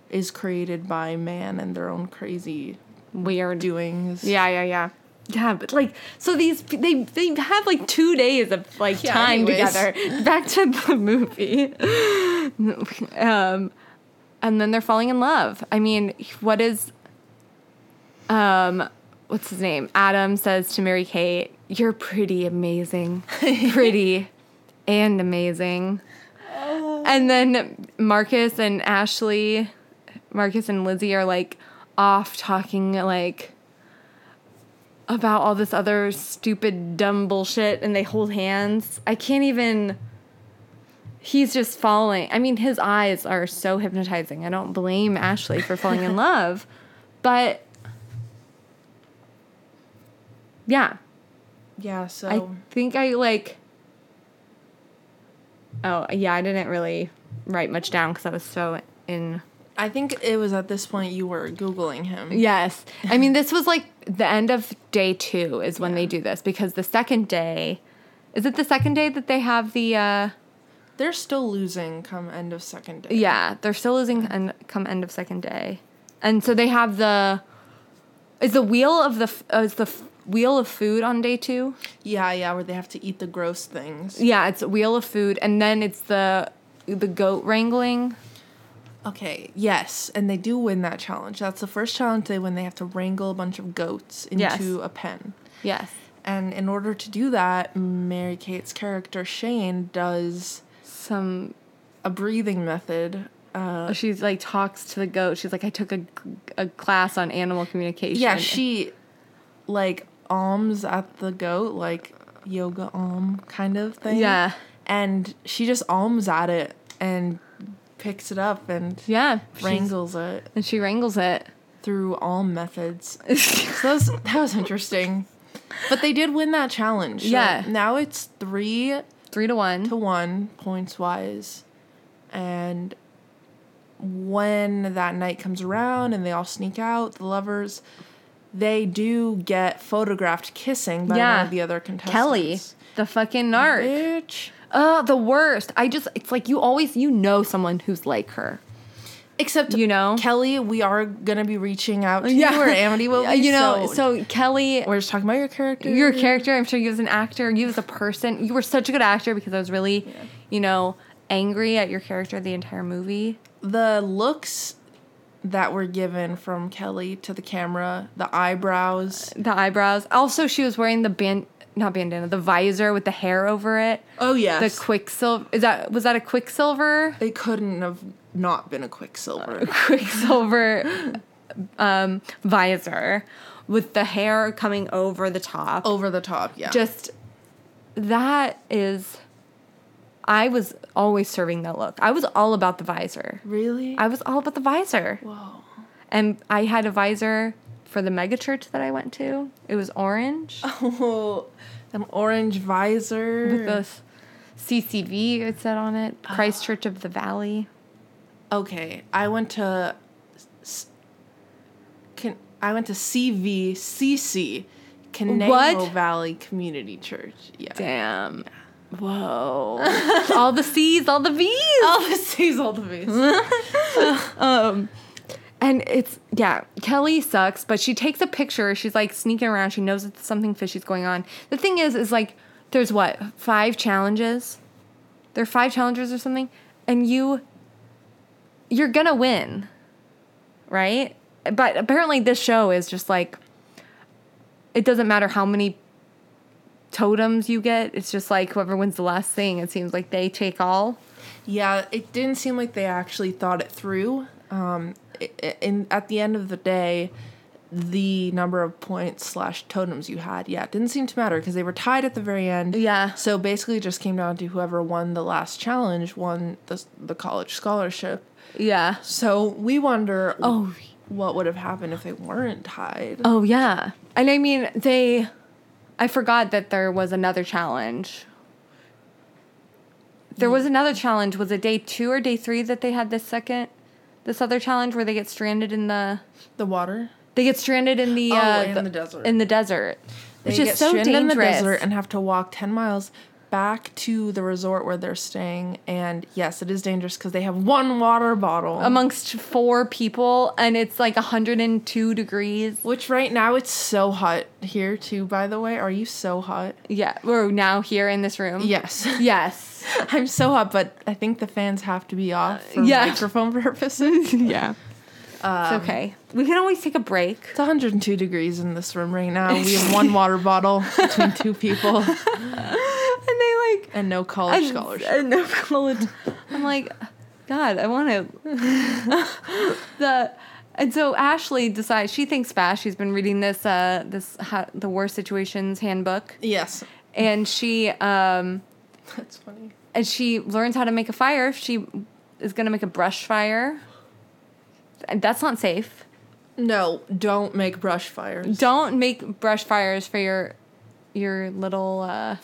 S3: is created by man and their own crazy
S2: weird
S3: doings.
S2: yeah yeah yeah yeah but like so these they they have like two days of like
S3: Yeah,
S2: time
S3: anyways.
S2: together back to the movie um and then they're falling in love i mean what is um what's his name adam says to mary kate you're pretty amazing pretty and amazing
S3: Uh.
S2: and then marcus and ashley marcus and lizzie are like off talking like about all this other stupid dumb bullshit and they hold hands i can't even he's just falling i mean his eyes are so hypnotizing i don't blame ashley for falling in love but yeah
S3: Yeah, so
S2: I think I like. Oh yeah, I didn't really write much down because I was so in.
S3: I think it was at this point you were googling him.
S2: Yes, I mean this was like the end of day two is when they do this because the second day, is it the second day that they have the? uh
S3: They're still losing come end of second day.
S2: Yeah, they're still losing and come end of second day, and so they have the. Is the wheel of the f- uh, is the f- wheel of food on day two?
S3: Yeah, yeah, where they have to eat the gross things.
S2: Yeah, it's a wheel of food, and then it's the the goat wrangling.
S3: Okay, yes, and they do win that challenge. That's the first challenge they win. They have to wrangle a bunch of goats into
S2: Yes.
S3: a pen.
S2: Yes.
S3: And in order to do that, Mary Kate's character Shane does
S2: Some uh,
S3: a breathing method
S2: she's like talks to the goat. She's like, I took a, a class on animal communication.
S3: Yeah, she like alms at the goat, like yoga alm kind of thing.
S2: Yeah.
S3: And she just alms at it and picks it up and
S2: Yeah.
S3: wrangles it
S2: And she wrangles it.
S3: through alm methods. So that was, that was interesting. But they did win that challenge. So
S2: Yeah.
S3: now it's three
S2: Three to one.
S3: to one points wise. And when that night comes around and they all sneak out, the lovers, they do get photographed kissing by
S2: Yeah.
S3: one of the other contestants.
S2: Kelly. The fucking narc.
S3: Bitch.
S2: Oh, the worst. I just, it's like you always, you know someone who's like her.
S3: Except
S2: You know?
S3: Kelly, we are gonna be reaching out to you or Amityville.
S2: you know, so, Kelly,
S3: we're just talking about your character.
S2: your character, I'm sure you as an actor, you as a person, you were such a good actor because I was really, you know, angry at your character the entire movie.
S3: the looks that were given from Kelly to the camera, the eyebrows.
S2: The eyebrows. Also, she was wearing the band, not bandana, the visor with the hair over it.
S3: Oh
S2: The
S3: yes.
S2: quicksilver. Is that, was that a quicksilver?
S3: it couldn't have not been a quicksilver.
S2: Quicksilver um, visor with the hair coming over the top.
S3: over the top. Yeah.
S2: just that is I was always serving that look. I was all about the visor.
S3: really.
S2: I was all about the visor.
S3: Whoa.
S2: And I had a visor for the mega church that I went to. It was orange
S3: Oh, an orange visor.
S2: with the s- CCV it said on it,
S3: Oh.
S2: Christ Church of the Valley.
S3: okay, I went to. s- Can I went to CVCC, Conejo
S2: What?
S3: Valley Community Church. Yeah.
S2: Damn. Whoa. all the C's, all the V's.
S3: All the C's, all the V's.
S2: Um, And it's yeah, Kelly sucks, but she takes a picture. She's like sneaking around. She knows that something fishy's going on. The thing is, is like there's what five challenges. There are five challenges or something, and you you're gonna win, right? But apparently, this show is just like it doesn't matter how many totems you get. It's just like whoever wins the last thing. It seems like they take all.
S3: yeah, it didn't seem like they actually thought it through. Um, i- i- in at the end of the day. The number of points slash totems you had, yeah, it didn't seem to matter because they were tied at the very end.
S2: Yeah.
S3: So basically, it just came down to whoever won the last challenge won the the college scholarship.
S2: Yeah.
S3: So we wonder,
S2: Oh.
S3: what would have happened if they weren't tied?
S2: Oh yeah, and I mean they. I forgot that there was another challenge. There was another challenge. Was it day two or day three that they had this second, this other challenge where they get stranded in the
S3: The water,
S2: they get stranded in the
S3: Oh,
S2: uh,
S3: in the desert.
S2: in the desert, which
S3: They
S2: is
S3: get
S2: so
S3: stranded
S2: dangerous.
S3: in the desert and have to walk ten miles back to the resort where they're staying. And yes, it is dangerous because they have one water bottle.
S2: amongst four people, and it's like 102 degrees.
S3: which right now it's so hot here too. By the way, are you so hot?
S2: Yeah, we're now here in this room.
S3: Yes,
S2: Yes.
S3: I'm so hot, but I think the fans have to be off for
S2: Uh, yeah.
S3: microphone purposes.
S2: Yeah. it's okay. Um, We can always take a break.
S3: It's 102 degrees in this room right now. We have one water bottle between two people
S2: And they like
S3: and no college
S2: And-
S3: scholarship.
S2: and no college. I'm like, God, I want to. the and so Ashley decides she thinks fast. She's been reading this uh this ha- the war situations handbook,
S3: yes.
S2: and she um
S3: That's funny.
S2: and she learns how to make a fire. She is gonna make a brush fire. And that's not safe.
S3: No, don't make brush fires.
S2: Don't make brush fires for your your little uh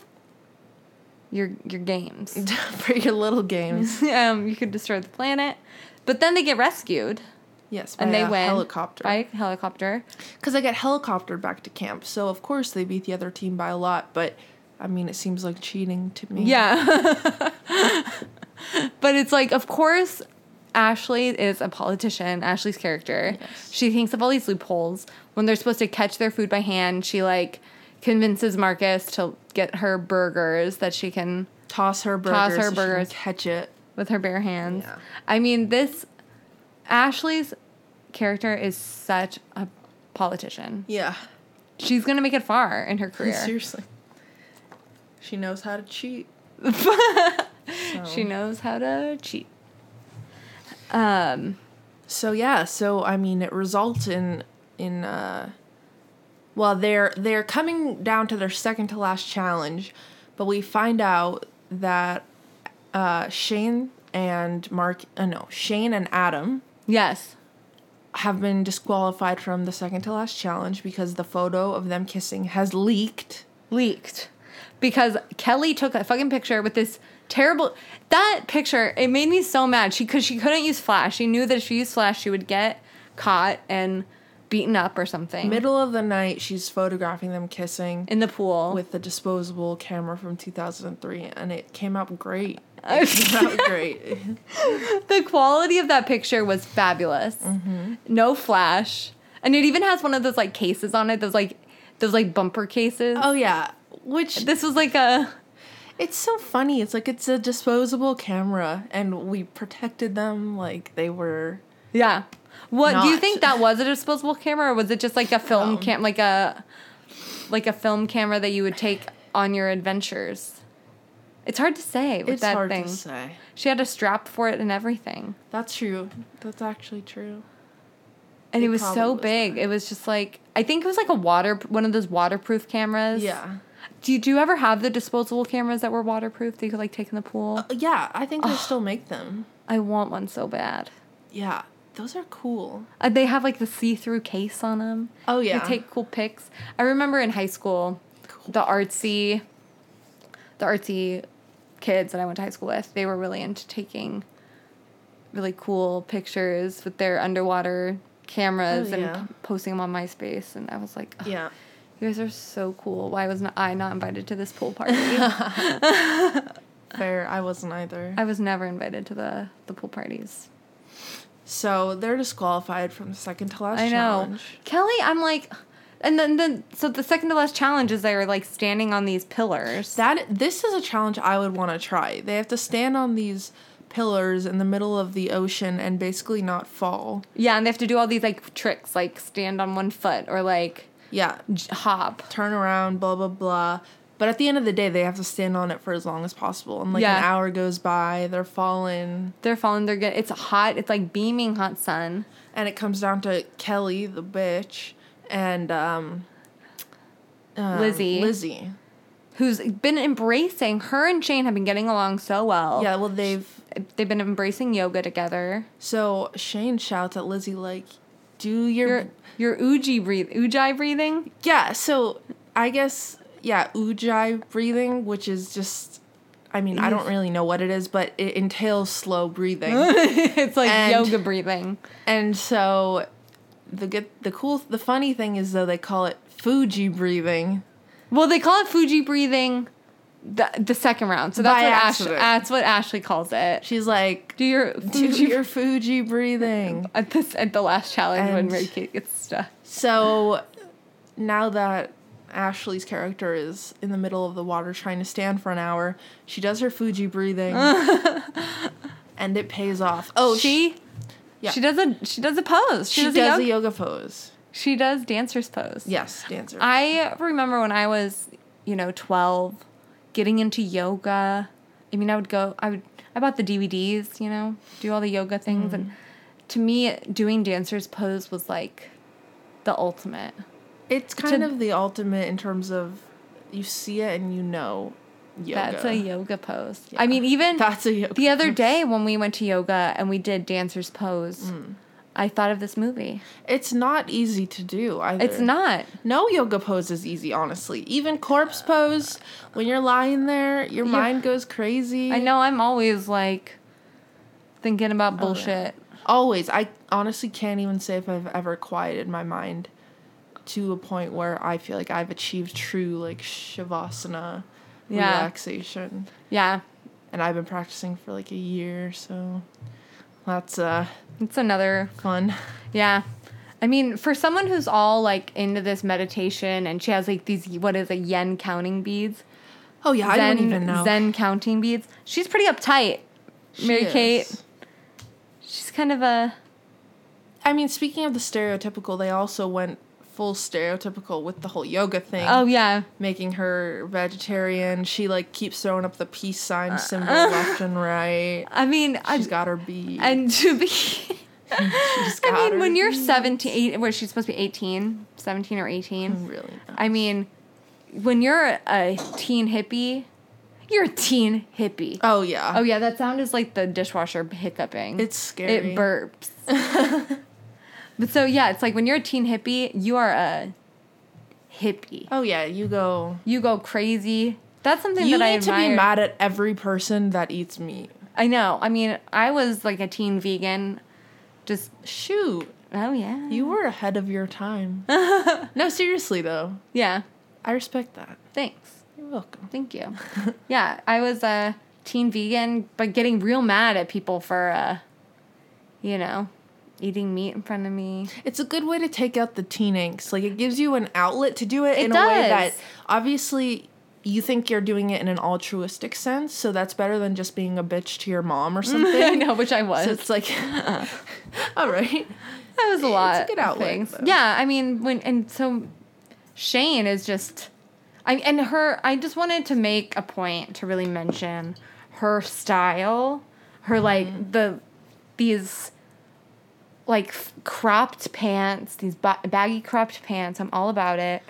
S2: your your games.
S3: for your little games.
S2: um, you could destroy the planet. But then they get rescued
S3: Yes, by
S2: and they
S3: a
S2: win
S3: helicopter.
S2: by a helicopter.
S3: Because I get helicoptered back to camp, so of course they beat the other team by a lot. But I mean, it seems like cheating to me.
S2: Yeah, but it's like, of course, Ashley is a politician. Ashley's character, she thinks of all these loopholes when they're supposed to catch their food by hand. She like convinces Marcus to get her burgers that she can
S3: toss her
S2: Toss her
S3: burgers. so she can
S2: burgers.
S3: catch it.
S2: with her bare hands.
S3: Yeah.
S2: I mean, this Ashley's character is such a politician.
S3: Yeah.
S2: She's gonna make it far in her career.
S3: Seriously. She knows how to cheat.
S2: She knows how to cheat.
S3: So yeah, so I mean, it results in in uh, Well, they're they're coming down to their second to last challenge, but we find out that uh, Shane and Mark, uh, no, Shane and Adam
S2: Yes.
S3: have been disqualified from the second to last challenge because the photo of them kissing has leaked.
S2: leaked because Kelly took a fucking picture with this terrible that picture it made me so mad she cuz she couldn't use flash she knew that if she used flash she would get caught and beaten up or something
S3: Middle of the night, she's photographing them kissing
S2: in the pool
S3: with the disposable camera from 2003, and it came out great. It came out great.
S2: the quality of that picture was fabulous
S3: Mm-hmm.
S2: no flash and it even has one of those like cases on it those like those like bumper cases
S3: Oh yeah, which
S2: this was like a
S3: It's so funny. It's like it's a disposable camera, and we protected them like they were.
S2: yeah what do you
S3: Not-
S2: think that was a disposable camera or was it just like a film cam like a like a film camera that you would take on your adventures. It's hard to say with
S3: It's
S2: that
S3: hard
S2: thing.
S3: to say.
S2: She had a strap for it and everything.
S3: That's true. That's actually true.
S2: And it,
S3: It
S2: was
S3: probably
S2: so
S3: was
S2: big. It was just like I think it was like a water one of those waterproof cameras.
S3: Yeah.
S2: Do you, do you ever have the disposable cameras that were waterproof that you could like take in the pool?
S3: Yeah, I think they still make them.
S2: I want one so bad.
S3: Yeah, those are cool.
S2: Uh, they have like the see-through case on them.
S3: Oh,
S2: You
S3: yeah.
S2: take cool pics. I remember in high school, the artsy, the artsy kids that I went to high school with, they were really into taking really cool pictures with their underwater cameras
S3: Oh,
S2: and
S3: yeah.
S2: p- posting them on MySpace. And I was like, "Ugh,
S3: Yeah.
S2: you guys are so cool. Why was not I not invited to this pool party?
S3: Fair. I wasn't either.
S2: I was never invited to the the pool parties.
S3: So they're disqualified from the second to last
S2: I know.
S3: challenge.
S2: Kelly, I'm like, and then then so the second to last challenge is they were like standing on these pillars.
S3: That this is a challenge I would want to try. They have to stand on these pillars in the middle of the ocean and basically not fall.
S2: yeah, and they have to do all these like tricks, like stand on one foot or like
S3: Yeah.
S2: j- hop.
S3: turn around, blah blah blah. But at the end of the day, they have to stand on it for as long as possible. And like
S2: Yeah.
S3: an hour goes by, they're falling,
S2: They're falling. They're good. It's hot. It's like beaming hot sun.
S3: and it comes down to Kelly, the bitch, and um, um,
S2: Lizzie,
S3: Lizzie.
S2: who's been embracing her and Shane have been getting along so well.
S3: Yeah, well they've
S2: they've been embracing yoga together.
S3: so Shane shouts at Lizzie like, "Do your
S2: Your your uji breathe, ujjayi breathing.
S3: yeah." So I guess yeah, ujjayi breathing, which is just. I mean, I don't really know what it is, but it entails slow breathing.
S2: it's like
S3: And-
S2: yoga breathing.
S3: And so the good the cool the funny thing is though they call it Fuji breathing.
S2: Well, they call it Fuji breathing the, the second round. So that's
S3: By
S2: what Ashley
S3: accident.
S2: that's what Ashley calls it.
S3: She's like
S2: Do your
S3: do
S2: Fuji
S3: your Fuji breathing.
S2: at this at the last challenge when
S3: And-
S2: Ray Kate gets stuck.
S3: So now that Ashley's character is in the middle of the water trying to stand for an hour, she does her Fuji breathing. and it pays off. Oh, she,
S2: she
S3: yeah.
S2: she does a she does a pose. She,
S3: she
S2: does,
S3: does,
S2: a
S3: the
S2: yoga.
S3: yoga pose.
S2: She does dancers pose.
S3: Yes, dancer.
S2: I remember when I was, you know, 12, getting into yoga. I mean, I would go, I would, I bought the DVDs, you know, do all the yoga things. And
S3: Mm-hmm.
S2: to me, doing dancer's pose was like the ultimate.
S3: it's kind
S2: to-
S3: of the ultimate in terms of you see it and you know yoga.
S2: That's a yoga pose. I mean, even
S3: That's a yoga
S2: the other day when we went to yoga and we did dancer's pose,
S3: Mm.
S2: I thought of this movie.
S3: It's not easy to do either.
S2: It's not.
S3: No yoga pose is easy, honestly. Even corpse pose, when you're lying there, your mind goes crazy.
S2: I know I'm always like thinking
S3: Oh,
S2: about bullshit.
S3: Always. I honestly can't even say if I've ever quieted my mind to a point where I feel like I've achieved true, like, shavasana
S2: Yeah.
S3: relaxation.
S2: Yeah.
S3: And I've been practicing for like a year, so that's uh,
S2: It's another
S3: fun.
S2: Yeah. I mean, for someone who's all like into this meditation and she has like these what is it, yen counting beads?
S3: Oh, yeah, I
S2: zen
S3: don't even know.
S2: Zen counting beads. She's pretty uptight. Mary
S3: She
S2: Kate.
S3: is.
S2: She's kind of a
S3: I mean, speaking of the stereotypical, they also went full stereotypical with the whole yoga thing.
S2: oh yeah.
S3: making her vegetarian. She like keeps throwing up the peace
S2: Uh,
S3: sign symbol left and right.
S2: I mean I
S3: She's got her beat.
S2: and to be I mean, when you're 17, eight, what, she's supposed to be 18, 17 or 18.
S3: Really?
S2: I mean, when you're a teen hippie, you're a teen hippie.
S3: Oh yeah.
S2: Oh, yeah, that sound is like the dishwasher hiccuping.
S3: It's scary.
S2: It burps. but so, yeah, it's like when you're a teen hippie, you are a hippie.
S3: Oh yeah. You go.
S2: You go crazy. That's something
S3: You
S2: that I
S3: need to be
S2: admire.
S3: mad at every person that eats meat.
S2: I know. I mean, I was like a teen vegan. Just,
S3: Shoot.
S2: oh, yeah.
S3: You were ahead of your time. no, seriously though.
S2: yeah.
S3: I respect that.
S2: Thanks.
S3: You're welcome.
S2: Thank you. yeah, I was a teen vegan, but getting real mad at people for, uh, you know, eating meat in front of me.
S3: It's a good way to take out the teen angst. Like it gives you an outlet to do it, in a
S2: does.
S3: way that obviously you think you're doing it in an altruistic sense, so that's better than just being a bitch to your mom or
S2: I
S3: something.
S2: know, which I was.
S3: so it's like all right.
S2: that was a lot.
S3: good
S2: of
S3: outlet,
S2: things.
S3: though.
S2: Yeah, I mean, when and so Shane is just, I and her. I just wanted to make a point to really mention her style, her
S3: Mm-hmm.
S2: like the these like f- cropped pants, these ba- baggy cropped pants. I'm all about it.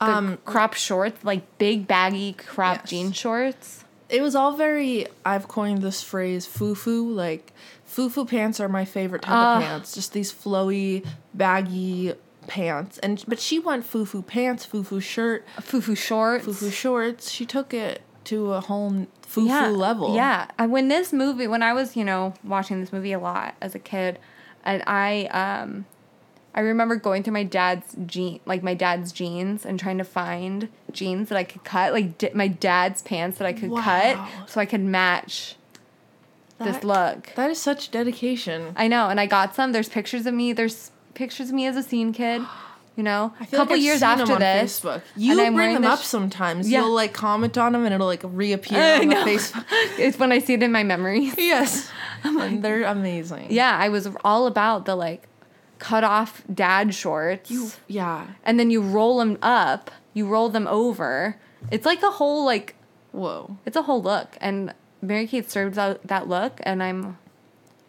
S2: The crop shorts, like big baggy crop
S3: Um, Yes.
S2: jean shorts.
S3: It was all very I've coined this phrase fufu, like fufu pants are my favorite type
S2: Ah.
S3: of pants. Just these flowy, baggy pants. And but she went fufu pants, fufu shirt,
S2: Fufu shorts.
S3: fufu shorts. She took it to a whole n- fufu
S2: yeah,
S3: level.
S2: Yeah. I- When this movie, when I was, you know, watching this movie a lot as a kid, and I, um, I remember going through my dad's jean, like my dad's jeans, and trying to find jeans that I could cut, like di- my dad's pants that I could
S3: Wow.
S2: cut, so I could match this
S3: That-
S2: look.
S3: That is such dedication.
S2: I know, and I got some. There's pictures of me. There's pictures of me as a scene kid. You know, a
S3: feel like
S2: couple
S3: I've
S2: years
S3: seen 'em
S2: after
S3: on
S2: this,
S3: Facebook. you
S2: and I'm
S3: bring
S2: wearing
S3: them
S2: this
S3: up
S2: sh-
S3: sometimes.
S2: Yeah.
S3: You'll like comment on them, and it'll like reappear
S2: I
S3: on the
S2: know.
S3: Facebook.
S2: it's when I see it in my memories.
S3: yes, and they're amazing.
S2: Yeah, I was all about the like cut off dad shorts.
S3: yeah.
S2: and then you roll them up, you roll them over. It's like a whole like
S3: Whoa.
S2: it's a whole look and Mary Kate serves out that look and I'm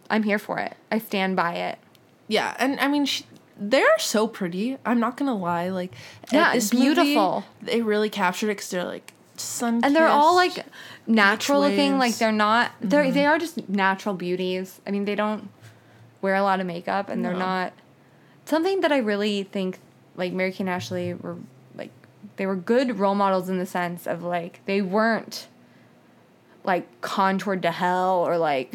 S2: I'm here for it. I stand by it.
S3: Yeah, and I mean, she, they are so pretty. I'm not gonna lie. Like, at
S2: Yeah,
S3: this
S2: beautiful.
S3: Movie, they really captured it because they're like sun.
S2: And they're all like natural looking,
S3: waves.
S2: like they're not they're they are just natural beauties. I mean, they don't wear a lot of makeup and they're not something that I really think like Mary Kate and Ashley were like they were good role models in the sense of like they weren't like contoured to hell or like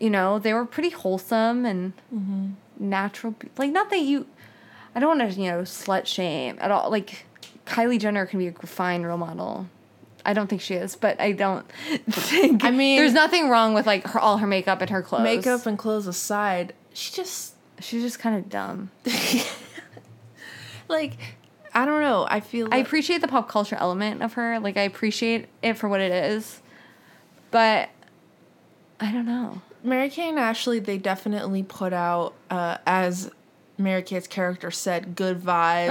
S2: you know they were pretty wholesome and
S3: Mm-hmm.
S2: natural be- like not that you I don't want to you know slut shame at all like Kylie Jenner can be a fine role model. I don't think she is, but I don't think.
S3: I mean-
S2: there's nothing wrong with like her, all her makeup and her clothes.
S3: makeup and clothes aside. She just
S2: She's just kind of dumb.
S3: like I don't know. I feel
S2: I
S3: like,
S2: appreciate the pop culture element of her. Like I appreciate it for what it is, but I don't know.
S3: Mary Kate and Ashley. They definitely put out uh, as Mary Kate's character said, good vibes.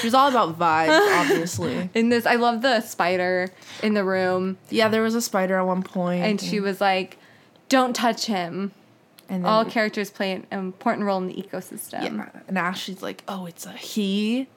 S3: she was all about vibes, obviously.
S2: In this, I love the spider in the room,
S3: Yeah, there was a spider at one point,
S2: and she was like, "Don't touch him."
S3: and
S2: All
S3: then-
S2: characters play an important role in the ecosystem.
S3: yeah, and Ashley's like, oh, it's a he.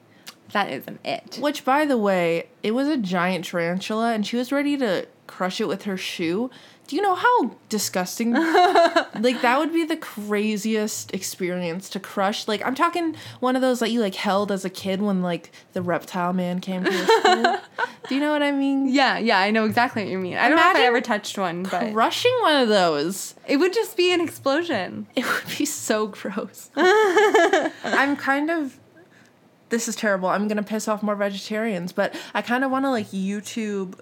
S2: That isn't it.
S3: Which, by the way, it was a giant tarantula, and she was ready to crush it with her shoe. Do you know how disgusting? like that would be the craziest experience to crush. Like I'm talking one of those that you like held as a kid when like the reptile man came to your school. Do you know what I mean?
S2: Yeah, yeah, I know exactly what you mean. I don't know if I
S3: Imagine
S2: ever touched one, but
S3: Crushing one of those,
S2: it would just be an explosion.
S3: it would be so gross. I'm kind of. This is terrible. I'm gonna piss off more vegetarians, but I kind of want to like YouTube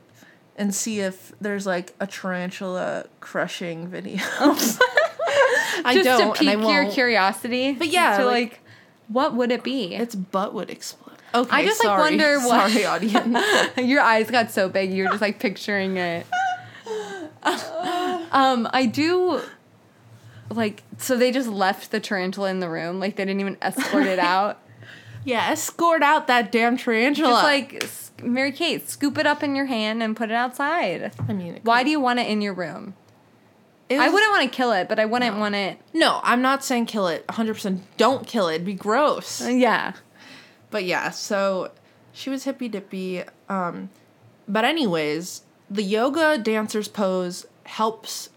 S3: and see if there's like a tarantula crushing video. I
S2: just
S3: don't,
S2: to
S3: and I
S2: pique your
S3: won't.
S2: curiosity. But
S3: yeah,
S2: to
S3: like-
S2: like, what would it be?
S3: Its butt would explode. Okay,
S2: I just, like,
S3: sorry.
S2: wonder what-
S3: Sorry, audience.
S2: Your eyes got so big, you were just like picturing it. um, I do like so they just left the tarantula in the room, like they didn't even escort it out.
S3: yeah, escort out that damn tarantula.
S2: Just like s- Mary Kate, scoop it up in your hand and put it outside.
S3: I mean, it
S2: Why do you want it in your room?
S3: It
S2: I
S3: was-
S2: wouldn't want to kill it, but I wouldn't want it.
S3: No, I'm not saying kill it 100%. Don't kill it. It'd be gross.
S2: Yeah.
S3: But yeah, so she was hippy dippy. Um, but, anyways, the yoga dancer's pose helps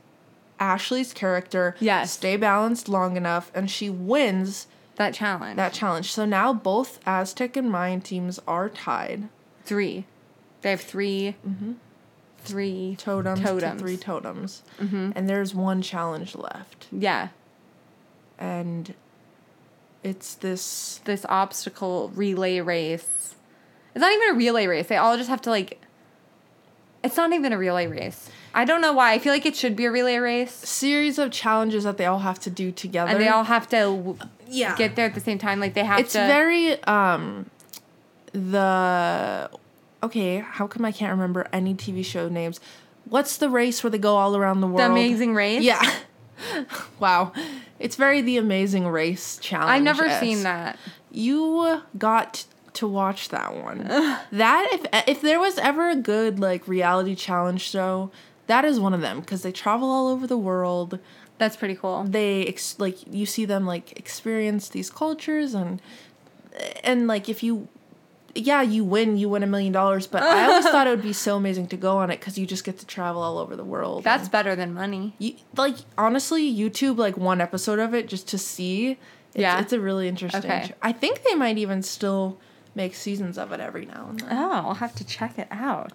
S3: Ashley's character
S2: Yes.
S3: stay balanced long enough, and she wins
S2: That challenge.
S3: that challenge. So now both Aztec and Mayan teams are tied.
S2: three. They have 3 Three
S3: Mm-hmm.
S2: Totems.
S3: Totems,
S2: Mm-hmm.
S3: To three totems. And there's one challenge left.
S2: yeah.
S3: And it's this.
S2: This obstacle relay race. It's not even a relay race. They all just have to like. It's not even a relay race. I don't know why. I feel like it should be a relay race,
S3: series of challenges that they all have to do together.
S2: and they all have to w-
S3: yeah.
S2: get there at the same time. Like they have
S3: it's
S2: to.
S3: very um the okay, how come I can't remember any TV show names? What's the race where they go all around the world?
S2: the Amazing Race.
S3: Yeah. wow. It's very the amazing race challenge.
S2: I've never seen that.
S3: You got to watch that one. that if if there was ever a good like reality challenge show, that is one of them because they travel all over the world
S2: That's pretty cool.
S3: they ex- like you see them like experience these cultures and and like if you yeah you win you win a million dollars but i always thought it would be so amazing to go on it because you just get to travel all over the world
S2: That's better than money.
S3: you, like honestly youtube like one episode of it just to see it's,
S2: Yeah.
S3: it's a really interesting
S2: Okay.
S3: sh- i think they might even still make seasons of it every now and then
S2: Oh, I'll have to check it out.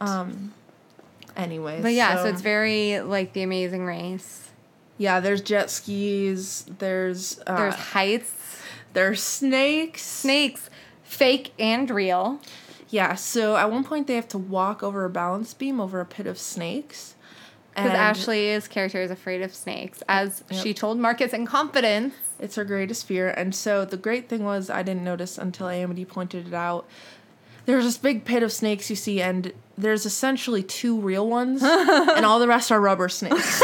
S3: anyways
S2: but yeah, Um, so it's very like the Amazing Race.
S3: yeah there's jet skis there's uh,
S2: There's
S3: there's,
S2: heights,
S3: snakes
S2: snakes, fake and real.
S3: Yeah, so at one point they have to walk over a balance beam over a pit of snakes.
S2: Because Ashley's character is afraid of snakes, as she told Marcus in confidence.
S3: It's her greatest fear. And so the great thing was, I didn't notice until Amity pointed it out. There's this big pit of snakes you see, and there's essentially two real ones, and all the rest are rubber snakes.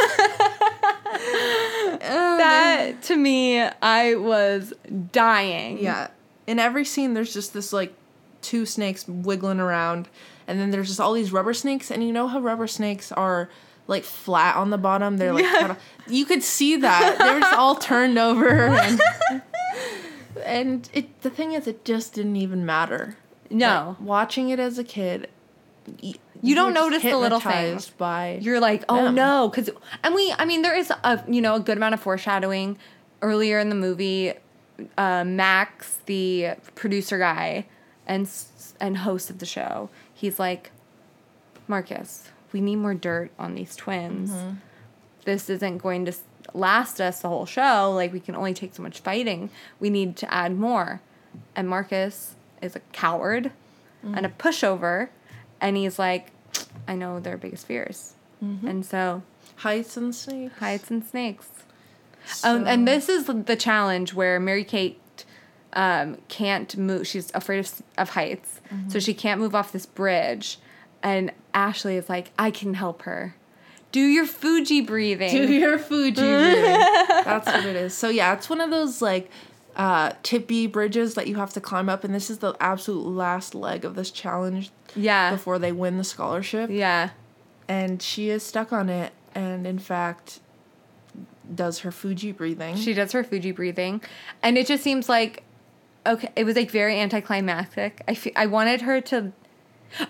S2: Um, That to me, I was dying.
S3: yeah. In every scene, there's just this like two snakes wiggling around, and then there's just all these rubber snakes. And you know how rubber snakes are like flat on the bottom? They're like, kinda- you could see that. They're just all turned over. And, and it, the thing is, it just didn't even matter.
S2: No,
S3: Watching it as a kid, y- you,
S2: don't
S3: were just
S2: notice the little
S3: hypnotized
S2: things.
S3: By
S2: you're like, oh
S3: them.
S2: no, because and we, I mean, there is a you know a good amount of foreshadowing earlier in the movie. Uh, Max, the producer guy and s- and host of the show, he's like, Marcus, we need more dirt on these twins. This isn't going to s- last us the whole show. Like we can only take so much fighting. We need to add more. And Marcus is a coward and a pushover, and he's like, I know their biggest fears. And so
S3: heights and snakes.
S2: heights and snakes. Um, and this is the challenge where Mary Kate um, can't move. She's afraid of, s- of heights, so she can't move off this bridge. And Ashley is like, "I can help her. Do your Fuji breathing."
S3: Do your Fuji breathing. That's what it is. So yeah, it's one of those like uh tippy bridges that you have to climb up and this is the absolute last leg of this challenge
S2: yeah,
S3: before they win the scholarship.
S2: yeah,
S3: And she is stuck on it and in fact does her Fuji breathing.
S2: she does her Fuji breathing, and it just seems like okay. It was like very anticlimactic. I fe- I wanted her to.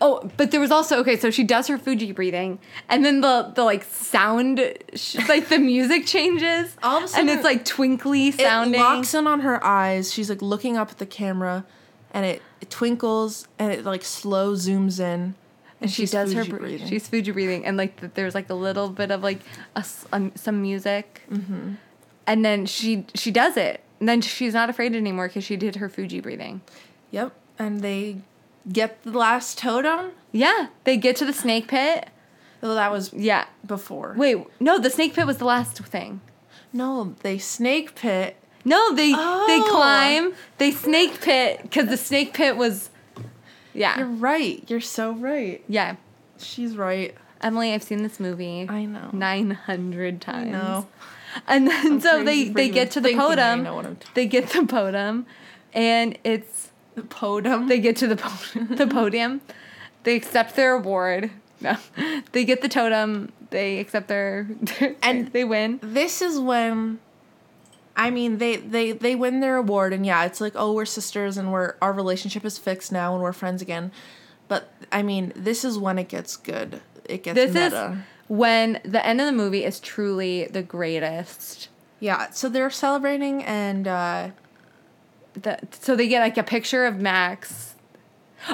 S2: Oh, but there was also okay. So she does her Fuji breathing, and then the the like sound, sh- like the music changes.
S3: All of a
S2: and it's
S3: sudden,
S2: like twinkly
S3: it
S2: sounding.
S3: locks in on her eyes. She's like looking up at the camera and it, it twinkles and it like slow zooms in. And
S2: she does her br- She's Fuji breathing, and like th- there's like a little bit of like a s um, some music,
S3: Mm-hmm.
S2: and then she she does it. And then she's not afraid anymore because she did her Fuji breathing.
S3: Yep. And they get the last totem.
S2: Yeah, they get to the snake pit.
S3: Well, that was
S2: Yeah.
S3: before.
S2: Wait, no, the snake pit was the last thing.
S3: No, they snake pit.
S2: No, they they
S3: Oh.
S2: climb, they snake pit because the snake pit was, yeah,
S3: You're right. You're so right.
S2: yeah.
S3: She's right.
S2: Emily, I've seen this movie.
S3: I know.
S2: Nine hundred times.
S3: No.
S2: And then so
S3: crazy
S2: they
S3: for
S2: they
S3: even
S2: get to the
S3: thinking I
S2: podum.
S3: know what I'm talking
S2: they get the podum, and it's
S3: The podum.
S2: they get to the po- the podium. They accept their award. No, they get the totem. they accept their
S3: And-
S2: and they win.
S3: this is when I mean they they they win their award and yeah, it's like oh we're sisters and we're our relationship is fixed now and we're friends again. But I mean, this is when it gets good. It gets
S2: This
S3: meta.
S2: is when the end of the movie is truly the greatest.
S3: yeah, so they're celebrating and uh
S2: The, so they get like a picture of Max.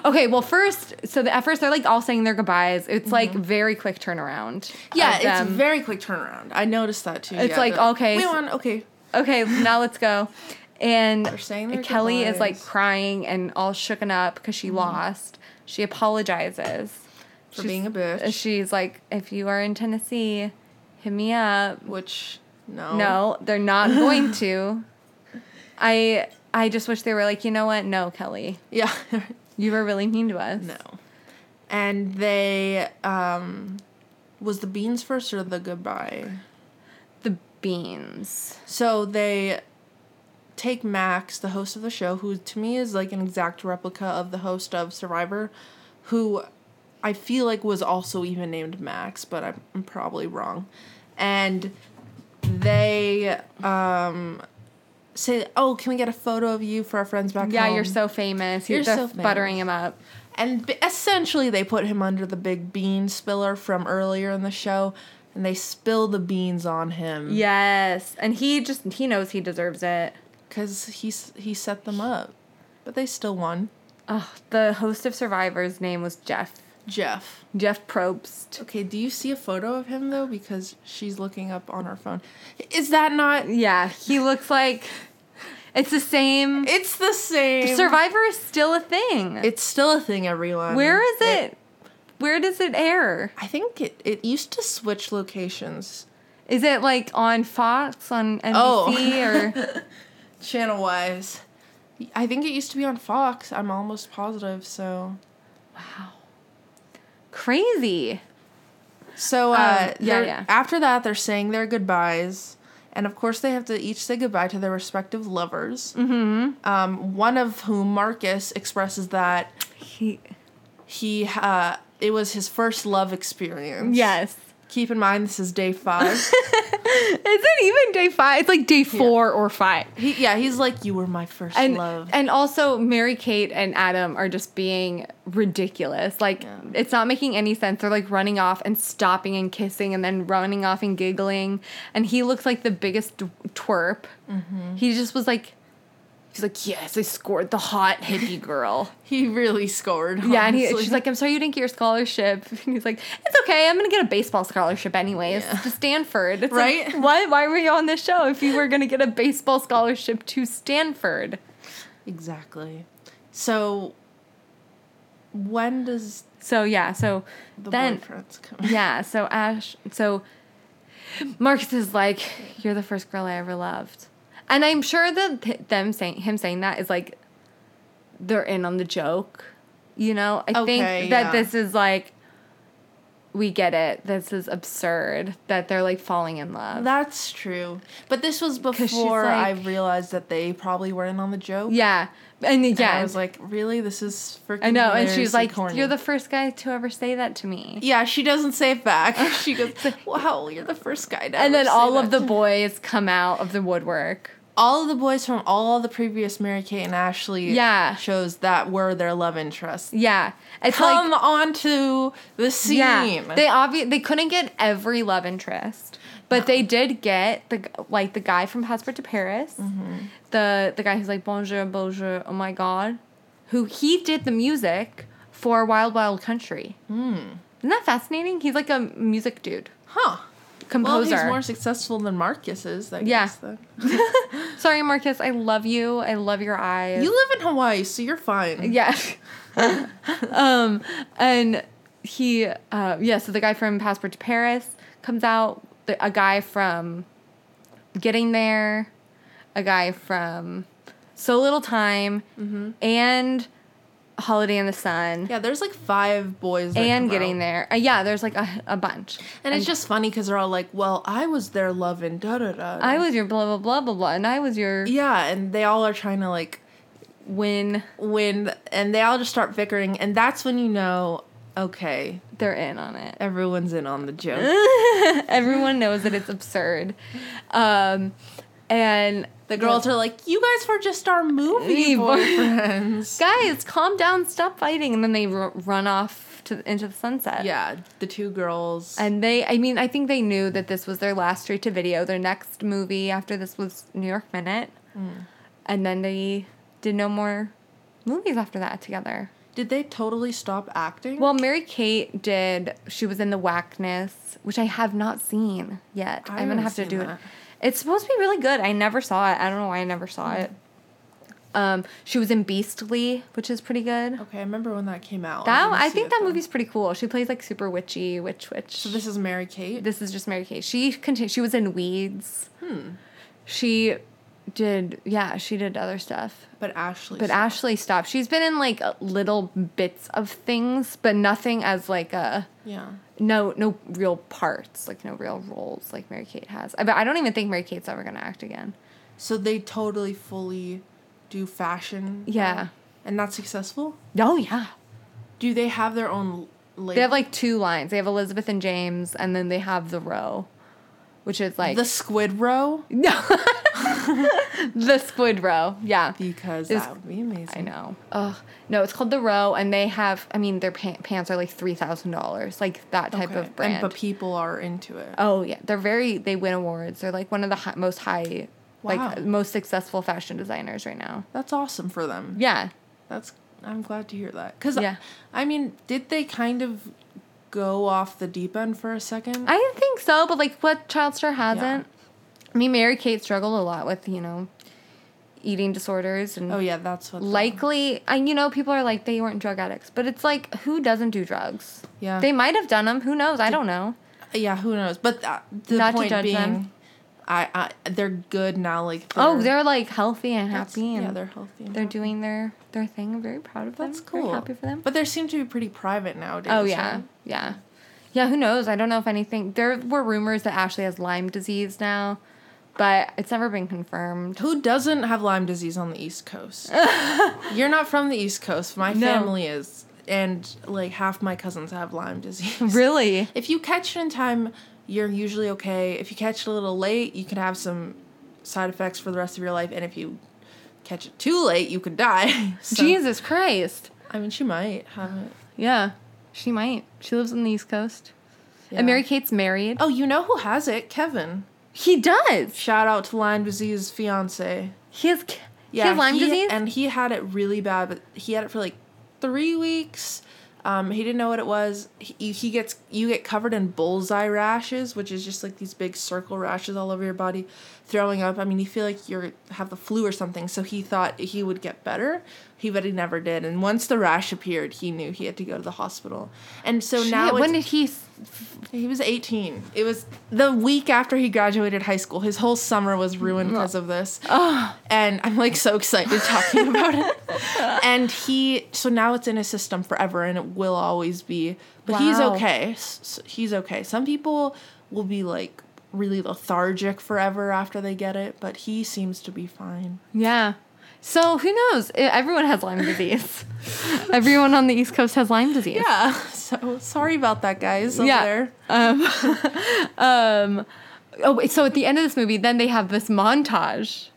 S2: Okay, well, first, so the, at first they're like all saying their goodbyes. It's like very quick turnaround.
S3: Mm-hmm. yeah,
S2: of
S3: it's
S2: them.
S3: very quick turnaround. I noticed that too.
S2: It's
S3: yeah,
S2: like,
S3: they're
S2: okay,
S3: we
S2: so-
S3: won. Okay,
S2: okay, now let's go. And
S3: saying their
S2: Kelly is like
S3: goodbyes. Mm-hmm.
S2: crying and all shooken up because she lost. She apologizes
S3: for being a bitch.
S2: She's like, if you are in Tennessee, hit me up.
S3: which no,
S2: No, they're not going to. I I just wish they were like, you know what? No, Kelly,
S3: yeah,
S2: you were really mean to us.
S3: no. And they um, was the beans first or the goodbye?
S2: The beans.
S3: So they take Max, the host of the show, who to me is like an exact replica of the host of Survivor, who I feel like was also even named Max, but I'm, I'm probably wrong. And they um, say, "Oh, can we get a photo of you for our friends back
S2: Yeah,
S3: home?"
S2: you're so famous. You're,
S3: You're
S2: just
S3: so famous.
S2: buttering him up.
S3: And b- essentially, they put him under the big bean spiller from earlier in the show, and they spill the beans on him.
S2: Yes, and he just he knows he deserves it.
S3: because he s- he set them up, but they still won.
S2: The host of Survivor's name was Jeff.
S3: Jeff.
S2: Jeff Probst.
S3: Okay, do you see a photo of him though? Because she's looking up on her phone. Is that not?
S2: Yeah, he looks like it's the same.
S3: It's the same.
S2: Survivor is still a thing.
S3: It's still a thing, everyone.
S2: Where is it? Where does it air?
S3: I think it, it used to switch locations.
S2: Is it like on Fox on NBC or
S3: Channel wise. I think it used to be on Fox. I'm almost positive. So,
S2: crazy?
S3: so uh,
S2: Um, yeah,
S3: they're-
S2: yeah.
S3: After that, they're saying their goodbyes, and of course they have to each say goodbye to their respective lovers. Mm-hmm. Um, one of whom, Marcus, expresses that
S2: He,
S3: he uh it was his first love experience.
S2: yes.
S3: Keep in mind this is day five.
S2: Is it even day five? It's like day four or five.
S3: he, yeah, he's like, You were my first
S2: And
S3: love.
S2: and also Mary Kate and Adam are just being ridiculous. Like it's not making any sense. They're like running off and stopping and kissing and then running off and giggling. And he looks like the biggest d- twerp. He just was like. He's like, yes, I scored the hot hippie girl.
S3: he really scored.
S2: Yeah, and he,
S3: honestly.
S2: she's like, I'm sorry you didn't get your scholarship. And he's like, It's okay. I'm going to get a baseball scholarship anyways to Stanford. It's like,
S3: Right?
S2: why, why were you on this show if you were going to get a baseball scholarship to Stanford?
S3: Exactly. So when does
S2: So, yeah. So
S3: the
S2: then,
S3: boyfriends come?
S2: yeah. So Ash, so Marcus is like, You're the first girl I ever loved. And I'm sure that th- them saying, him saying that is like, they're in on the joke. You know, I
S3: Okay,
S2: think that
S3: yeah.
S2: this is like, we get it. This is absurd that they're like falling in love.
S3: That's true. But this was
S2: she's
S3: before I
S2: like-
S3: realized that they probably weren't on the joke.
S2: yeah. And
S3: And
S2: yeah,
S3: I was like, really? This is freaking
S2: I know. And she's
S3: hilariously
S2: like,
S3: corny.
S2: You're the first guy to ever say that to me.
S3: Yeah, she doesn't say it back. She goes, Wow, you're the first guy to
S2: And
S3: ever
S2: then
S3: say
S2: all of
S3: that
S2: the
S3: to
S2: boys come out of the woodwork.
S3: all of the boys from all the previous Mary Kate and Ashley
S2: Yeah.
S3: shows that were their love interests.
S2: Yeah. It's like
S3: Come onto the scene.
S2: Yeah, they obvi- they couldn't get every love interest, but they did get the g- like the guy from Passport to Paris,
S3: Mm-hmm.
S2: the the guy who's like bonjour bonjour oh my god, who he did the music for Wild Wild Country.
S3: Hmm.
S2: Isn't that fascinating? He's like a music dude,
S3: huh. Well,
S2: composer.
S3: he's more successful than Marcus is, I
S2: Yeah.
S3: guess. though.
S2: Sorry, Marcus, I love you. I love your eyes.
S3: You live in Hawaii, so you're fine.
S2: Yeah. um, and he, uh, yeah, so the guy from Passport to Paris comes out, the, a guy from Getting There, a guy from So Little Time, and Holiday in the Sun.
S3: Mm-hmm. Yeah, there's like five boys. That
S2: And
S3: come
S2: getting
S3: out.
S2: there. Uh, yeah, there's like a, a bunch.
S3: And, it's just funny because they're all like, well, I was their love and da da da.
S2: I was your blah, blah, blah, blah, blah. And I was your
S3: Yeah, and they all are trying to like
S2: win.
S3: when and they all just start bickering and that's when you know Okay,
S2: They're in on it.
S3: everyone's in on the joke.
S2: Everyone knows that it's absurd. Um, and
S3: The girls are like, "You guys were just our movie
S2: Hey, boy-
S3: boyfriends."
S2: guys, calm down, stop fighting, and then they r- run off to into the sunset.
S3: yeah, the two girls.
S2: And they, I mean, I think they knew that this was their last straight to video. Their next movie after this was New York Minute.
S3: Mm.
S2: And then they did no more movies after that together.
S3: Did they totally stop acting?
S2: Well, Mary Kate did, she was in The Whackness, which I have not seen yet.
S3: I
S2: I am going to
S3: haven't
S2: have to
S3: seen
S2: do it.
S3: that.
S2: It's supposed to be really good. I never saw it. I don't know why I never saw
S3: Mm.
S2: it. Um, she was in Beastly, which is pretty good.
S3: okay, I remember when that came out.
S2: That
S3: didn't
S2: I
S3: see
S2: think
S3: it
S2: that
S3: though.
S2: movie's pretty cool. She plays like super witchy witch witch.
S3: So this is Mary Kate.
S2: This is just Mary Kay. She continu- She was in Weeds. She did. Yeah, she did other stuff.
S3: but Ashley.
S2: But Ashley stopped. She's been in like uh, little bits of things, but nothing as like a
S3: yeah.
S2: no no real parts, like no real roles like Mary Kate has. I- But I don't even think Mary Kate's ever gonna act again.
S3: So they totally fully do fashion. now?
S2: Yeah.
S3: And that's successful?
S2: Oh yeah.
S3: Do they have their own label?
S2: They have like two lines. They have Elizabeth and James, and then they have the row, which is like
S3: the squid row?
S2: the squid row. Yeah.
S3: Because
S2: It's-
S3: that would be amazing.
S2: I know. Ugh. No, it's called the Row, and they have. I mean, their pa- pants are like three thousand dollars, like that type
S3: Okay.
S2: of brand.
S3: And, but people are into it.
S2: oh yeah, they're very. They win awards. They're like one of the hi- most high,
S3: Wow.
S2: like most successful fashion designers right now.
S3: That's awesome for them.
S2: Yeah.
S3: That's I'm glad to hear that. Cuz
S2: Yeah.
S3: I mean, did they kind of go off the deep end for a second?
S2: I think so, but like, what child star hasn't? I mean, Mary Kate struggled a lot with you know, eating disorders and
S3: oh yeah, that's what the-
S2: likely and you know people are like they weren't drug addicts but it's like who doesn't do drugs
S3: Yeah.
S2: they might have done them who knows i don't know
S3: Yeah, who knows? But that, the
S2: Not to
S3: point
S2: judge
S3: being
S2: them.
S3: I, I they're good now like
S2: oh they're like healthy and
S3: that's-
S2: happy and
S3: yeah, they're healthy. and
S2: they're
S3: happy.
S2: doing their their thing. I'm very proud of them.
S3: That's cool.
S2: Very happy for them.
S3: But they seem to be pretty private nowadays.
S2: oh yeah,
S3: right?
S2: yeah, yeah. Who knows? I don't know if anything. There were rumors that Ashley has Lyme disease now, but it's never been confirmed.
S3: Who doesn't have Lyme disease on the East Coast? You're not from the East Coast. My
S2: No.
S3: family is, and like half my cousins have Lyme disease.
S2: Really?
S3: If you catch it in time, you're usually okay. If you catch it a little late, you can have some side effects for the rest of your life. And if you catch it too late, you could die. So,
S2: Jesus Christ!
S3: I mean, she might have it.
S2: Yeah, she might. She lives on the East Coast.
S3: Yeah.
S2: And Mary Kate's married.
S3: Oh, you know who has it? Kevin.
S2: He does.
S3: Shout out to Lyme disease fiance.
S2: He has. c- he has Lyme
S3: he-
S2: disease.
S3: and he had it really bad. But he had it for like three weeks. Um, he didn't know what it was. He, he gets you get covered in bullseye rashes, which is just like these big circle rashes all over your body, throwing up. I mean, you feel like you're have the flu or something. So he thought he would get better. He but he never did. And once the rash appeared, he knew he had to go to the hospital. And so
S2: Shit,
S3: now
S2: when did
S3: it's-
S2: he? s-
S3: he was 18. It was the week after he graduated high school. His whole summer was ruined
S2: Mm.
S3: because of this. And I'm like so excited talking about it. And he, so now it's in his system forever and it will always be. But he's
S2: Wow.
S3: okay. S- s- He's okay. Some people will be like really lethargic forever after they get it, but he seems to be fine.
S2: Yeah. So who knows? E- Everyone has Lyme disease. Everyone on the East Coast has Lyme disease.
S3: Yeah. So sorry about that, guys. Over
S2: Yeah.
S3: there.
S2: Oh, wait, so at the end of this movie, then they have this montage.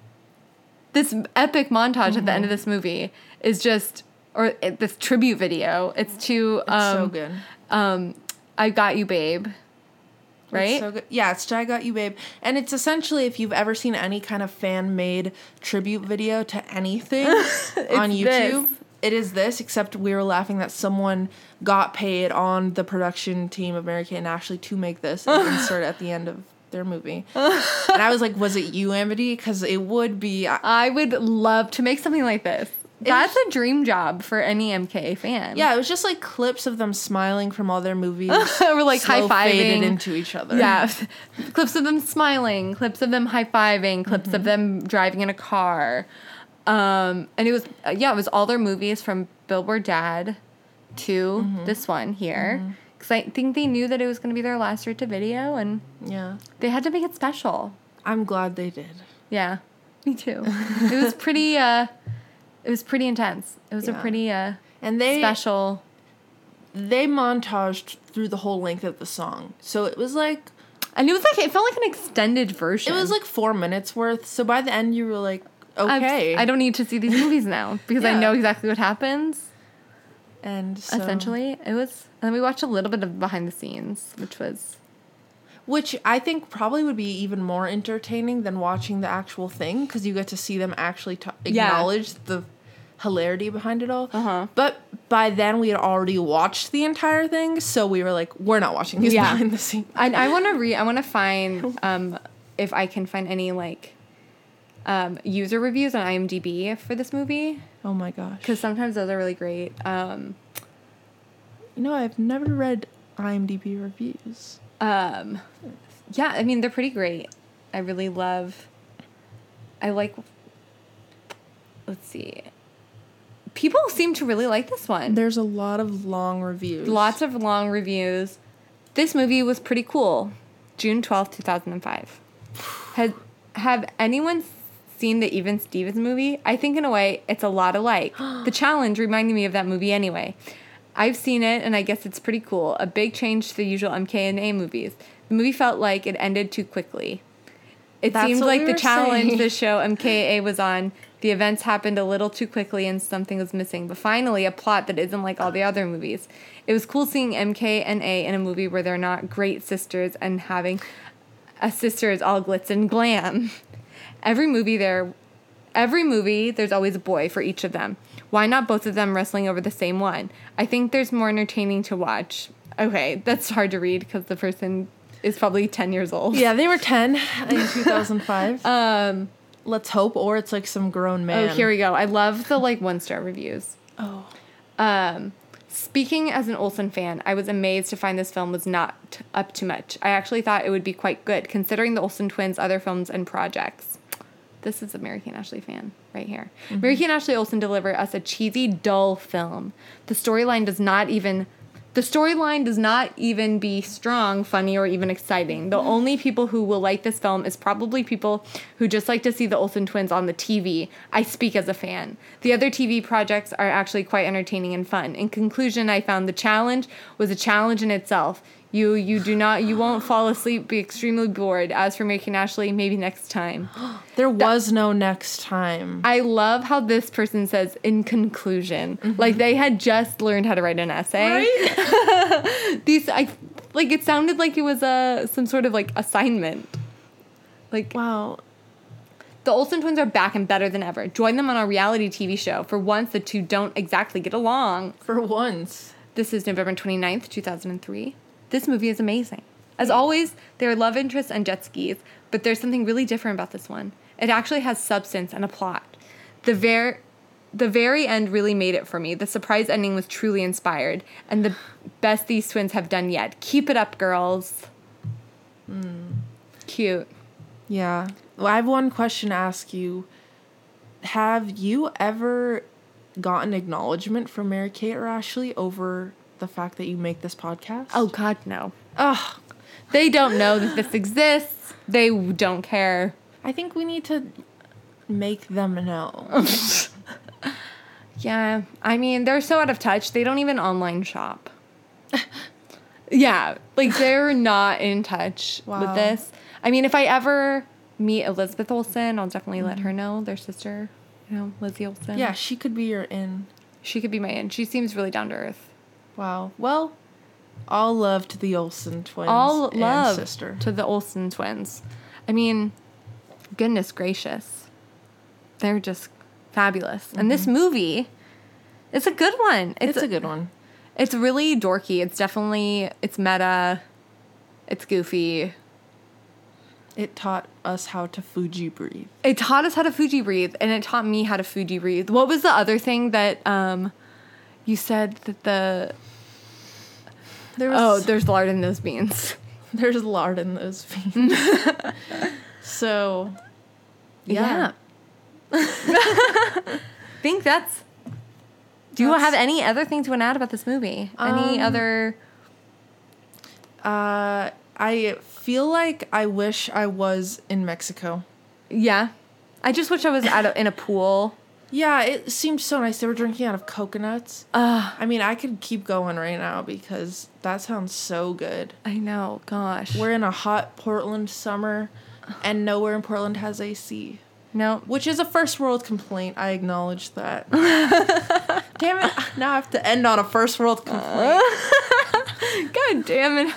S2: This epic montage at the
S3: Mm-hmm.
S2: end of this movie is just, or it, this tribute video. It's to um,
S3: so good.
S2: um, I got you, babe. Right?
S3: It's so good. Yeah, it's I Got You Babe. And it's essentially if you've ever seen any kind of fan made tribute video to anything on YouTube,
S2: this.
S3: it is this, except we were laughing that someone got paid on the production team of Mary Kay and Ashley to make this and insert it at the end of their movie. and I was like, was it you, Amity? Because it would be. I,
S2: I would love to make something like this. That's a dream job for any MK fan.
S3: yeah, it was just like clips of them smiling from all their movies.
S2: We're like
S3: slow
S2: high-fiving.
S3: faded into each other.
S2: Yeah. Mm-hmm. clips of them smiling, clips of them high fiving, clips of them driving in a car. Um, and it was, uh, yeah, it was all their movies from Billboard Dad to this one here. Because I think they knew that it was going to be their last route to video and
S3: Yeah.
S2: they had to make it special.
S3: I'm glad they did.
S2: Yeah. Me too. it was pretty, uh, it was pretty intense. It was a
S3: Yeah.
S2: pretty uh,
S3: And they
S2: special.
S3: they montaged through the whole length of the song. So it was like
S2: And it was like it felt like an extended version.
S3: it was like 4 minutes worth. So by the end you were like,
S2: I'm-
S3: okay.
S2: I don't need to see these movies now because I
S3: Yeah.
S2: know exactly what happens.
S3: and so,
S2: Essentially, it was. And then we watched a little bit of behind the scenes, which was
S3: which I think probably would be even more entertaining than watching the actual thing cuz you get to see them actually ta
S2: Yeah.
S3: acknowledge the hilarity behind it all. Uh-huh. But by then we had already watched the entire thing, so we were like we're not watching these
S2: Yeah.
S3: behind the scenes.
S2: I, I want to re. I want to find um, if I can find any like um, user reviews on IMDb for this movie
S3: Oh my gosh.
S2: because sometimes those are really great. Um,
S3: You know, I've never read IMDb reviews.
S2: yeah, I mean they're pretty great. I really love. I like. Let's see. People seem to really like this one.
S3: There's a lot of long reviews.
S2: Lots of long reviews. This movie was pretty cool. June twelfth, two 2005. Has, have anyone seen the Even Stevens movie? I think, in a way, it's a lot alike. the challenge reminded me of that movie anyway. I've seen it, and I guess it's pretty cool. A big change to the usual MKNA movies. The movie felt like it ended too quickly. It
S3: That's
S2: seemed
S3: what
S2: like
S3: we
S2: the
S3: were
S2: challenge
S3: saying.
S2: the show MKA was on, the events happened a little too quickly and something was missing, but finally a plot that isn't like all the other movies. It was cool seeing MKNA in a movie where they're not great sisters and having a sister is all glitz and glam. Every movie there every movie there's always a boy for each of them. Why not both of them wrestling over the same one? I think there's more entertaining to watch. Okay, that's hard to read because the person is probably 10 years old.
S3: Yeah, they were 10 in 2005. um, Let's hope, or it's like some grown man.
S2: Oh, here we go. I love the like one star reviews. Oh. Um, speaking as an Olsen fan, I was amazed to find this film was not up to much. I actually thought it would be quite good considering the Olsen twins' other films and projects. This is a Mary Kate Ashley fan right here. Mary Kate Ashley Olsen delivered us a cheesy, dull film. The storyline does not even the storyline does not even be strong, funny, or even exciting. The only people who will like this film is probably people who just like to see the Olsen twins on the TV. I speak as a fan. The other TV projects are actually quite entertaining and fun. In conclusion, I found the challenge was a challenge in itself. You you do not you won't fall asleep, be extremely bored. As for making Ashley, maybe next time.
S3: There was no next time.
S2: I love how this person says in conclusion. Like they had just learned how to write an essay. These I like it sounded like it was a some sort of like assignment. Like
S3: Wow.
S2: the Olsen twins are back and better than ever. Join them on a reality TV show. For once the two don't exactly get along.
S3: For once.
S2: This is November 29th, 2003. This movie is amazing. As always, there are love interests and jet skis, but there's something really different about this one. It actually has substance and a plot. The ver the very end really made it for me. The surprise ending was truly inspired and the best these twins have done yet. Keep it up, girls. Hmm. Cute.
S3: Yeah. Well, I have one question to ask you. Have you ever gotten acknowledgement from Mary Kate or Ashley over the fact that you make this podcast?
S2: Oh god, no.
S3: Ugh.
S2: They don't know that this exists. They don't care.
S3: I think we need to make them know.
S2: Yeah, I mean, they're so out of touch. They don't even online shop. yeah, like they're not in touch with
S3: Wow.
S2: this. I mean, if I ever meet Elizabeth Olsen, I'll definitely let her know, their sister, you know, Lizzie Olsen.
S3: Mm-hmm. Yeah, she could be your in.
S2: She could be my aunt. She seems really down to earth.
S3: Wow. Well, all love to the Olsen twins.
S2: All
S3: and
S2: love
S3: sister.
S2: to the Olsen twins. I mean, goodness gracious. They're just fabulous. And this movie, it's a good one.
S3: Mm-hmm. It's a good one.
S2: It's really dorky. It's definitely it's meta. It's goofy.
S3: It taught us how to Fuji breathe.
S2: It taught us how to Fuji breathe, and it taught me how to Fuji breathe. What was the other thing that um, you said that the
S3: There
S2: oh
S3: was,
S2: there's lard in those beans.
S3: there's lard in those veins. so, yeah.
S2: I think that's. Do you have any other thing to add about this movie? Any other?
S3: Uh, I feel like I wish I was in Mexico.
S2: Yeah, I just wish I was out of, in a pool
S3: Yeah, it seemed so nice. They were drinking out of coconuts. I mean, I could keep going right now because that sounds so good.
S2: I know. Gosh.
S3: We're in a hot Portland summer, and nowhere in Portland has AC,
S2: no.
S3: which is a first world complaint. I acknowledge that. Damn it! Now I have to end on a first world
S2: Uh.
S3: complaint.
S2: God damn it.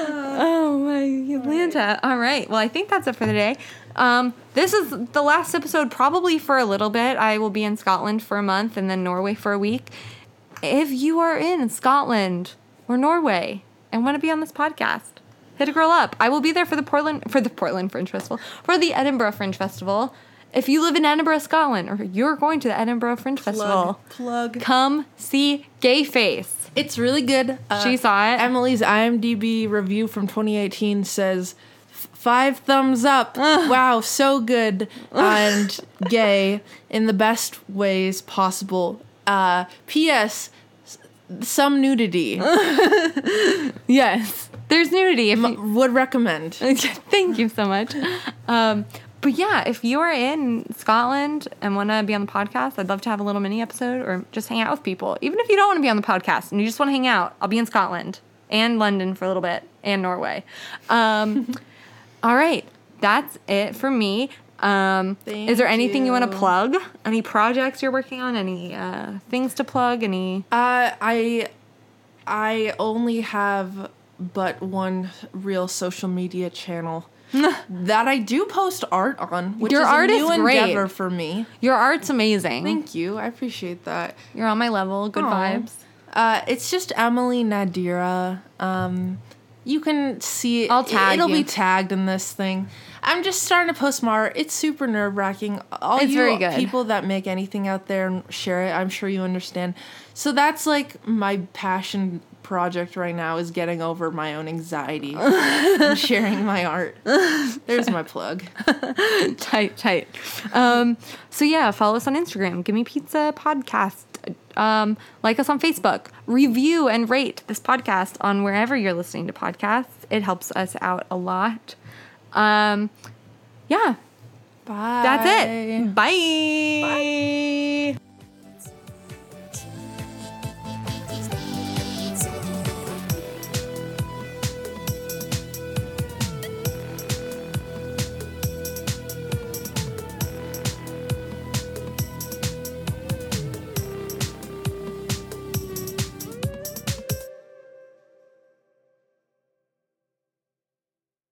S2: oh my Atlanta. All right. Well, I think that's it for the day. Um, this is the last episode probably for a little bit. I will be in Scotland for a month and then Norway for a week. If you are in Scotland or Norway and want to be on this podcast, hit a girl up. I will be there for the Portland for the Portland Fringe Festival, for the Edinburgh Fringe Festival. If you live in Edinburgh, Scotland, or you're going to the Edinburgh Fringe Festival,
S3: plug.
S2: come see Gay Face.
S3: It's really good. Uh,
S2: She saw it.
S3: Emily's IMDb review from 2018 says "F- five thumbs up. Wow, so good and gay in the best ways possible. Uh, P.S. s- Some nudity.
S2: Yes. There's nudity. If you-
S3: Would recommend.
S2: Thank you so much. Um, but yeah, if you are in Scotland and want to be on the podcast, I'd love to have a little mini episode or just hang out with people. Even if you don't want to be on the podcast and you just want to hang out, I'll be in Scotland and London for a little bit and Norway. Um, all right, that's it for me. Um, is there
S3: Thank
S2: anything you, want
S3: you.
S2: to plug? Any projects you're working on? Any uh, things to plug? Any?
S3: Uh, I I only have but one real social media channel that I do post art on, which
S2: Your
S3: is
S2: art
S3: a
S2: is
S3: new
S2: great.
S3: endeavor for me.
S2: Your art's amazing.
S3: Thank you, I appreciate that.
S2: You're on my level. Good
S3: Aw.
S2: vibes.
S3: Uh, it's just Emily Nadira. Um, you can see
S2: I'll tag
S3: It'll
S2: you.
S3: be tagged in this thing. I'm just starting to post more. It's super nerve wracking. All
S2: It's
S3: you
S2: very good.
S3: people that make anything out there and share it, I'm sure you understand. So that's like my passion project right now is getting over my own anxiety and sharing my art. There's my plug.
S2: tight, tight. Um, so yeah, follow us on Instagram. Give me pizza podcast. Um, like us on Facebook. Review and rate this podcast on wherever you're listening to podcasts. It helps us out a lot. Um, yeah,
S3: Bye.
S2: that's it. Bye. Bye.